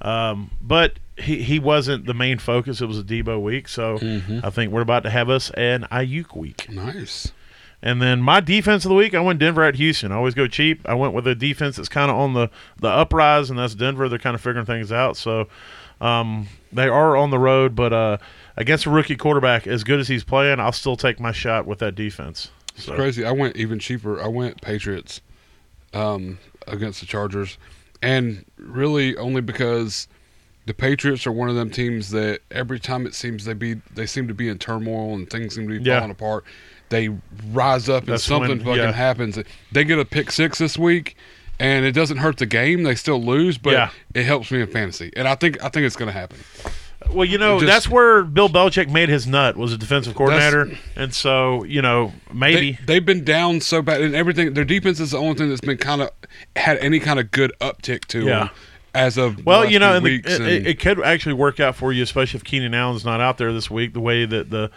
[SPEAKER 2] um, but he, he wasn't the main focus. It was a Debo week, so I think we're about to have us an Ayuk week.
[SPEAKER 3] Nice.
[SPEAKER 2] And then my defense of the week, I went Denver at Houston. I always go cheap. I went with a defense that's kind of on the the uprise, and that's Denver. They're kind of figuring things out. So um, they are on the road, but uh, against a rookie quarterback, as good as he's playing, I'll still take my shot with that defense. So,
[SPEAKER 3] It's crazy. I went even cheaper. I went Patriots um, against the Chargers, and really only because the Patriots are one of them teams that every time it seems they be they seem to be in turmoil and things seem to be
[SPEAKER 2] Yeah.
[SPEAKER 3] falling apart, they rise up and
[SPEAKER 2] That's
[SPEAKER 3] something
[SPEAKER 2] when-
[SPEAKER 3] fucking
[SPEAKER 2] yeah.
[SPEAKER 3] happens. They get a pick six this week. And it doesn't hurt the game; they still lose, but
[SPEAKER 2] Yeah.
[SPEAKER 3] it helps me in fantasy, and I think I think it's going to happen.
[SPEAKER 2] well, you know,
[SPEAKER 3] Just-
[SPEAKER 2] that's where Bill Belichick made his nut was a defensive coordinator, and so you know maybe.
[SPEAKER 3] They, have been down so bad, and everything. Their defense is the only thing that's been kind of had any kind of good uptick to
[SPEAKER 2] Yeah.
[SPEAKER 3] them as of the
[SPEAKER 2] well,
[SPEAKER 3] last
[SPEAKER 2] you know,
[SPEAKER 3] few
[SPEAKER 2] and the,
[SPEAKER 3] weeks
[SPEAKER 2] it,
[SPEAKER 3] and-
[SPEAKER 2] it could actually work out for you, especially if Keenan Allen's not out there this week. The way that the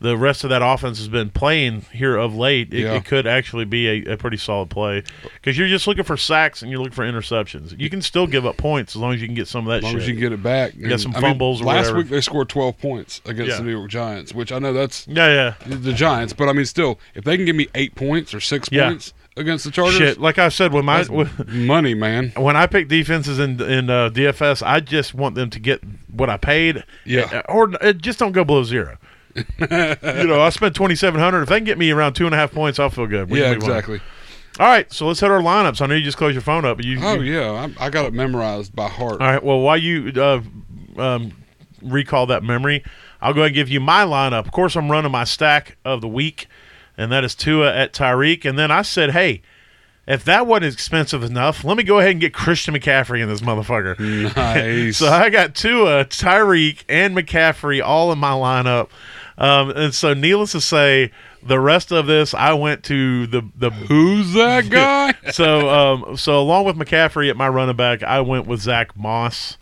[SPEAKER 2] the rest of that offense has been playing here of late, it,
[SPEAKER 3] Yeah.
[SPEAKER 2] it could actually be a, a pretty solid play because you're just looking for sacks and you're looking for interceptions. You can still give up points as long as you can get some of that.
[SPEAKER 3] as long
[SPEAKER 2] shit.
[SPEAKER 3] as you can get it back.
[SPEAKER 2] got
[SPEAKER 3] And,
[SPEAKER 2] some
[SPEAKER 3] I mean,
[SPEAKER 2] fumbles or
[SPEAKER 3] last
[SPEAKER 2] whatever.
[SPEAKER 3] week they scored 12 points against
[SPEAKER 2] Yeah.
[SPEAKER 3] the New York Giants, which I know that's
[SPEAKER 2] yeah, yeah.
[SPEAKER 3] the Giants, but I mean, still, if they can give me eight points or six
[SPEAKER 2] Yeah.
[SPEAKER 3] points against the Chargers,
[SPEAKER 2] Shit, like I said, when my
[SPEAKER 3] that's money, man.
[SPEAKER 2] when I pick defenses in in uh, DFS, I just want them to get what I paid.
[SPEAKER 3] Yeah.
[SPEAKER 2] or uh, just don't go below zero. you know, I spent twenty seven hundred. If they can get me around two and a half points, I'll feel good. We
[SPEAKER 3] Yeah,
[SPEAKER 2] can move on.
[SPEAKER 3] exactly.
[SPEAKER 2] All right, so let's hit our lineups. I know you just closed your phone up. but You,
[SPEAKER 3] Oh
[SPEAKER 2] you-
[SPEAKER 3] yeah, I, I got it memorized by heart.
[SPEAKER 2] All right. Well, while you uh, um, recall that memory, I'll go ahead and give you my lineup. Of course, I'm running my stack of the week, and that is Tua at Tyreek. And then I said, hey. If that wasn't expensive enough, let me go ahead and get Christian McCaffrey in this motherfucker.
[SPEAKER 3] Nice.
[SPEAKER 2] So I got Tua, Tyreek, and McCaffrey all in my lineup. Um, and so, needless to say, the rest of this I went to the the.
[SPEAKER 3] Who's that guy?
[SPEAKER 2] so um, so along with McCaffrey at my running back, I went with Zach Moss.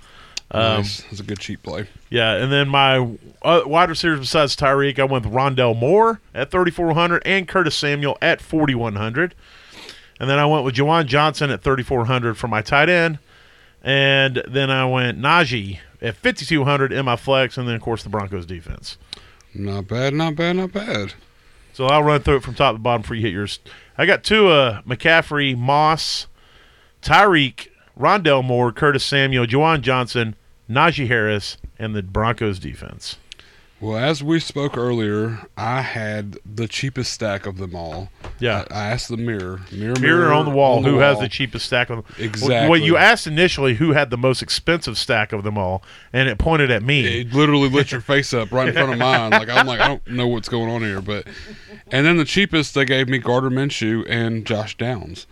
[SPEAKER 2] Um,
[SPEAKER 3] nice. That's a good cheap play.
[SPEAKER 2] Yeah, and then my uh, wide receivers besides Tyreek, I went with Rondell Moore at 3,400 and Curtis Samuel at 4,100. And then I went with Jawan Johnson at 3,400 for my tight end. And then I went Najee at 5,200 in my flex. And then, of course, the Broncos defense.
[SPEAKER 3] Not bad. Not bad. Not bad.
[SPEAKER 2] So I'll run through it from top to bottom for you hit yours. I got Tua, McCaffrey, Moss, Tyreek, Rondell Moore, Curtis Samuel, Jawan Johnson, Najee Harris, and the Broncos defense.
[SPEAKER 3] Well, as we spoke earlier, I had the cheapest stack of them all.
[SPEAKER 2] Yeah.
[SPEAKER 3] I, I asked the mirror, mirror,
[SPEAKER 2] Mirror on the wall.
[SPEAKER 3] on
[SPEAKER 2] who has
[SPEAKER 3] wall.
[SPEAKER 2] the cheapest stack of them?
[SPEAKER 3] Exactly.
[SPEAKER 2] Well, you asked initially who had the most expensive stack of them all, and it pointed at me.
[SPEAKER 3] It literally lit your face up right in front of mine. Like I'm like I don't know what's going on here, but and then the cheapest they gave me Gardner Minshew and Josh Downs.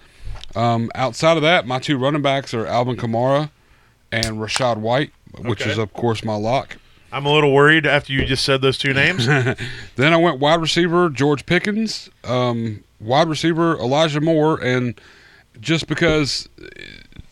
[SPEAKER 3] Um, outside of that, my two running backs are Alvin Kamara and Rashad White, which
[SPEAKER 2] Okay.
[SPEAKER 3] is of course my lock.
[SPEAKER 2] I'm a little worried after you just said those two names.
[SPEAKER 3] Then I went wide receiver George Pickens, um, wide receiver Elijah Moore, and just because eh,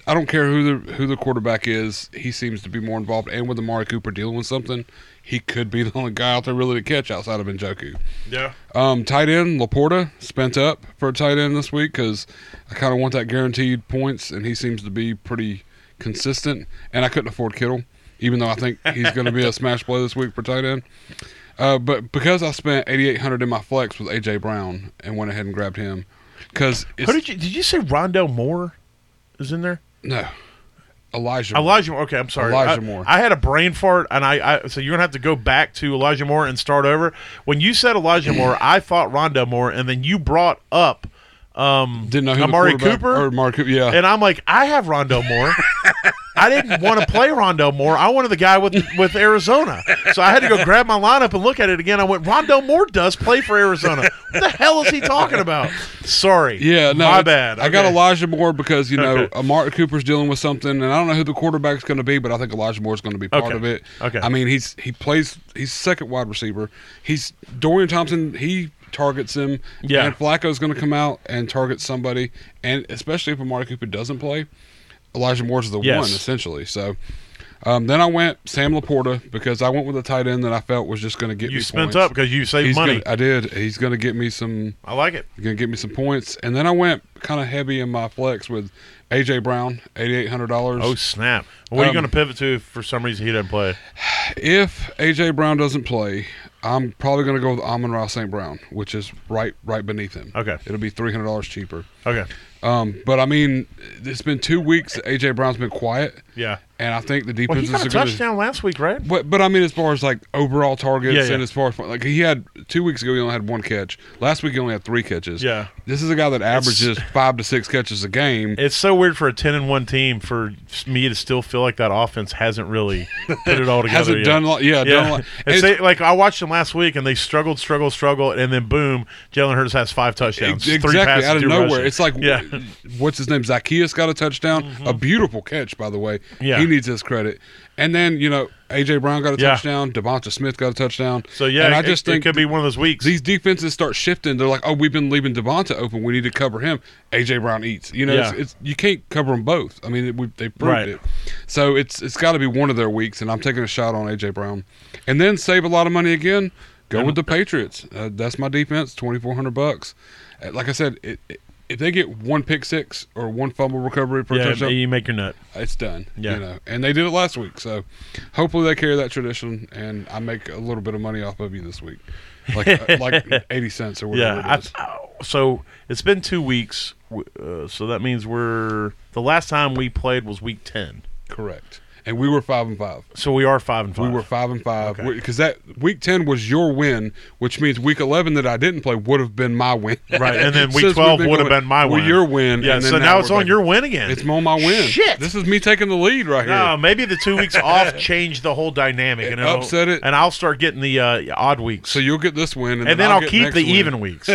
[SPEAKER 3] I don't care who the who the quarterback is, he seems to be more involved. And with Amari Cooper dealing with something, he could be the only guy out there really to catch outside of Njoku.
[SPEAKER 2] yeah.
[SPEAKER 3] Um, tight end Laporta spent up for a tight end this week because I kind of want that guaranteed points, and he seems to be pretty consistent. And I couldn't afford Kittle, even though I think he's going to be a smash play this week for tight end. Uh, but because I spent eighty eight hundred in my flex with AJ Brown and went ahead and grabbed him, because
[SPEAKER 2] Who did you did you say Rondell Moore is in there?
[SPEAKER 3] no Elijah.
[SPEAKER 2] Elijah Moore. Okay, I'm sorry.
[SPEAKER 3] Elijah
[SPEAKER 2] I-
[SPEAKER 3] Moore.
[SPEAKER 2] I had a brain fart, and I, I so you're gonna have to go back to Elijah Moore and start over. When you said Elijah Moore, I thought Rondell Moore, and then you brought up um,
[SPEAKER 3] didn't know who the
[SPEAKER 2] Amari
[SPEAKER 3] quarterback-
[SPEAKER 2] Cooper,
[SPEAKER 3] or Amari Cooper. Yeah,
[SPEAKER 2] and I'm like, I have Rondell Moore. I didn't want to play Rondell Moore. I wanted the guy with with Arizona. So I had to go grab my lineup and look at it again. I went, Rondell Moore does play for Arizona. What the hell is he talking about? Sorry.
[SPEAKER 3] Yeah, no,
[SPEAKER 2] my
[SPEAKER 3] it's-
[SPEAKER 2] bad.
[SPEAKER 3] I got
[SPEAKER 2] Okay.
[SPEAKER 3] Elijah Moore because you know
[SPEAKER 2] Okay.
[SPEAKER 3] Amari Cooper's dealing with something, and I don't know who the quarterback's going to be, but I think Elijah Moore's going to be part
[SPEAKER 2] Okay.
[SPEAKER 3] of it.
[SPEAKER 2] Okay.
[SPEAKER 3] I mean he's he plays he's second wide receiver. He's Dorian Thompson. He targets him.
[SPEAKER 2] Yeah.
[SPEAKER 3] and Flacco's going to come out and target somebody, and especially if Amari Cooper doesn't play, Elijah Moore's the
[SPEAKER 2] Yes.
[SPEAKER 3] one essentially. So. Um, then I went Sam Laporta because I went with a tight end that I felt was just going to get
[SPEAKER 2] You
[SPEAKER 3] me
[SPEAKER 2] spent
[SPEAKER 3] points.
[SPEAKER 2] up because you saved
[SPEAKER 3] He's
[SPEAKER 2] money.
[SPEAKER 3] gonna- I did. He's going to get me some
[SPEAKER 2] I like it.
[SPEAKER 3] gonna get me some points. And then I went kind of heavy in my flex with AJ Brown, eighty eight hundred dollars.
[SPEAKER 2] Oh snap! What are you
[SPEAKER 3] Um,
[SPEAKER 2] going to pivot to? if For some reason, he didn't play.
[SPEAKER 3] If AJ Brown doesn't play, I'm probably gonna go with Amon Ross St. Brown, which is right right beneath him.
[SPEAKER 2] Okay.
[SPEAKER 3] it'll be three hundred dollars cheaper.
[SPEAKER 2] Okay.
[SPEAKER 3] Um, but I mean, it's been two weeks. that AJ Brown's been quiet,
[SPEAKER 2] Yeah.
[SPEAKER 3] and I think the
[SPEAKER 2] Well, he
[SPEAKER 3] defenses
[SPEAKER 2] got a
[SPEAKER 3] are gonna.
[SPEAKER 2] touchdown last week, right?
[SPEAKER 3] But, but I mean, as far as like overall targets
[SPEAKER 2] Yeah, yeah.
[SPEAKER 3] and as far as like he had two weeks ago, he only had one catch. Last week, he only had three catches.
[SPEAKER 2] Yeah.
[SPEAKER 3] this is a guy that averages five to six catches a game.
[SPEAKER 2] It's so weird for a ten and one team for me to still feel like that offense hasn't really put it all together.
[SPEAKER 3] hasn't
[SPEAKER 2] yet.
[SPEAKER 3] done a lot. Yeah, done a
[SPEAKER 2] Yeah,
[SPEAKER 3] lot.
[SPEAKER 2] It's-
[SPEAKER 3] It's-
[SPEAKER 2] they- like I watched them last week, and they struggled, struggled, struggled, and then boom, Jalen Hurts has five touchdowns,
[SPEAKER 3] ex-
[SPEAKER 2] three
[SPEAKER 3] exactly
[SPEAKER 2] passes,
[SPEAKER 3] out of
[SPEAKER 2] two
[SPEAKER 3] nowhere.
[SPEAKER 2] rushes.
[SPEAKER 3] It's like
[SPEAKER 2] yeah, Mm-hmm.
[SPEAKER 3] what's his name? Zacchaeus got a touchdown, a beautiful catch by the way.
[SPEAKER 2] Yeah.
[SPEAKER 3] he needs his credit. And then you know AJ Brown got a
[SPEAKER 2] Yeah.
[SPEAKER 3] touchdown, Devonta Smith got a touchdown.
[SPEAKER 2] so yeah,
[SPEAKER 3] and I
[SPEAKER 2] it-
[SPEAKER 3] just
[SPEAKER 2] it,
[SPEAKER 3] think
[SPEAKER 2] could be one of those weeks.
[SPEAKER 3] these defenses start shifting. They're like, oh, we've been leaving Devonta open. We need to cover him. AJ Brown eats. You know,
[SPEAKER 2] Yeah.
[SPEAKER 3] it's, it's you can't cover them both. I mean, it, we, they proved
[SPEAKER 2] Right.
[SPEAKER 3] it. So it's it's got to be one of their weeks, and I'm taking a shot on AJ Brown, and then save a lot of money again. Go with the Patriots. Uh, that's my defense. Twenty four hundred bucks. Uh, Like I said, it, it, if they get one pick six or one fumble recovery per
[SPEAKER 2] yeah,
[SPEAKER 3] touchdown,
[SPEAKER 2] you make your nut.
[SPEAKER 3] it's done.
[SPEAKER 2] Yeah.
[SPEAKER 3] You know, and they did it last week. So hopefully they carry that tradition, and I make a little bit of money off of you this week, like uh, like eighty cents or whatever.
[SPEAKER 2] Yeah. I,
[SPEAKER 3] it is.
[SPEAKER 2] ow. so it's been two weeks, w- uh, so that means we're the last time we played was week ten.
[SPEAKER 3] correct. And we were five and five.
[SPEAKER 2] So we are five and five.
[SPEAKER 3] We were five and five
[SPEAKER 2] Okay.
[SPEAKER 3] because that week ten was your win, which means week eleven that I didn't play would have been my win.
[SPEAKER 2] Right, and then week
[SPEAKER 3] Since we've
[SPEAKER 2] 12 would have
[SPEAKER 3] going-
[SPEAKER 2] been my
[SPEAKER 3] well,
[SPEAKER 2] win.
[SPEAKER 3] your win.
[SPEAKER 2] Yeah,
[SPEAKER 3] and then
[SPEAKER 2] so now, it's
[SPEAKER 3] we're
[SPEAKER 2] on
[SPEAKER 3] back-
[SPEAKER 2] your win again.
[SPEAKER 3] It's on my win.
[SPEAKER 2] Shit.
[SPEAKER 3] This is me taking the lead right here.
[SPEAKER 2] No, maybe the two weeks off changed the whole dynamic, and it'll-
[SPEAKER 3] upset it.
[SPEAKER 2] And I'll start getting the uh, odd weeks,
[SPEAKER 3] so you'll get this win, and,
[SPEAKER 2] and then I'll,
[SPEAKER 3] get
[SPEAKER 2] keep
[SPEAKER 3] next
[SPEAKER 2] the
[SPEAKER 3] win.
[SPEAKER 2] even weeks.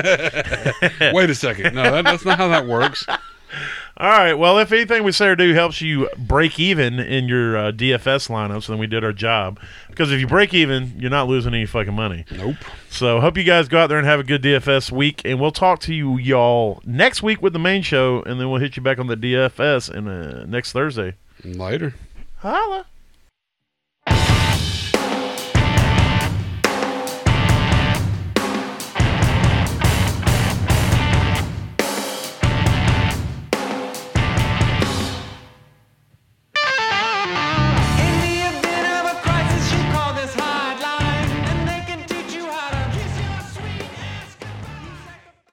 [SPEAKER 3] Wait a second. No, that, that's not how that works.
[SPEAKER 2] All right. Well, if anything we say or do helps you break even in your uh, DFS lineups, then we did our job. Because if you break even, you're not losing any fucking money.
[SPEAKER 3] Nope.
[SPEAKER 2] So hope you guys go out there and have a good DFS week, and we'll talk to you y'all next week with the main show, and then we'll hit you back on the DFS in uh, next Thursday.
[SPEAKER 3] Later.
[SPEAKER 2] Holla.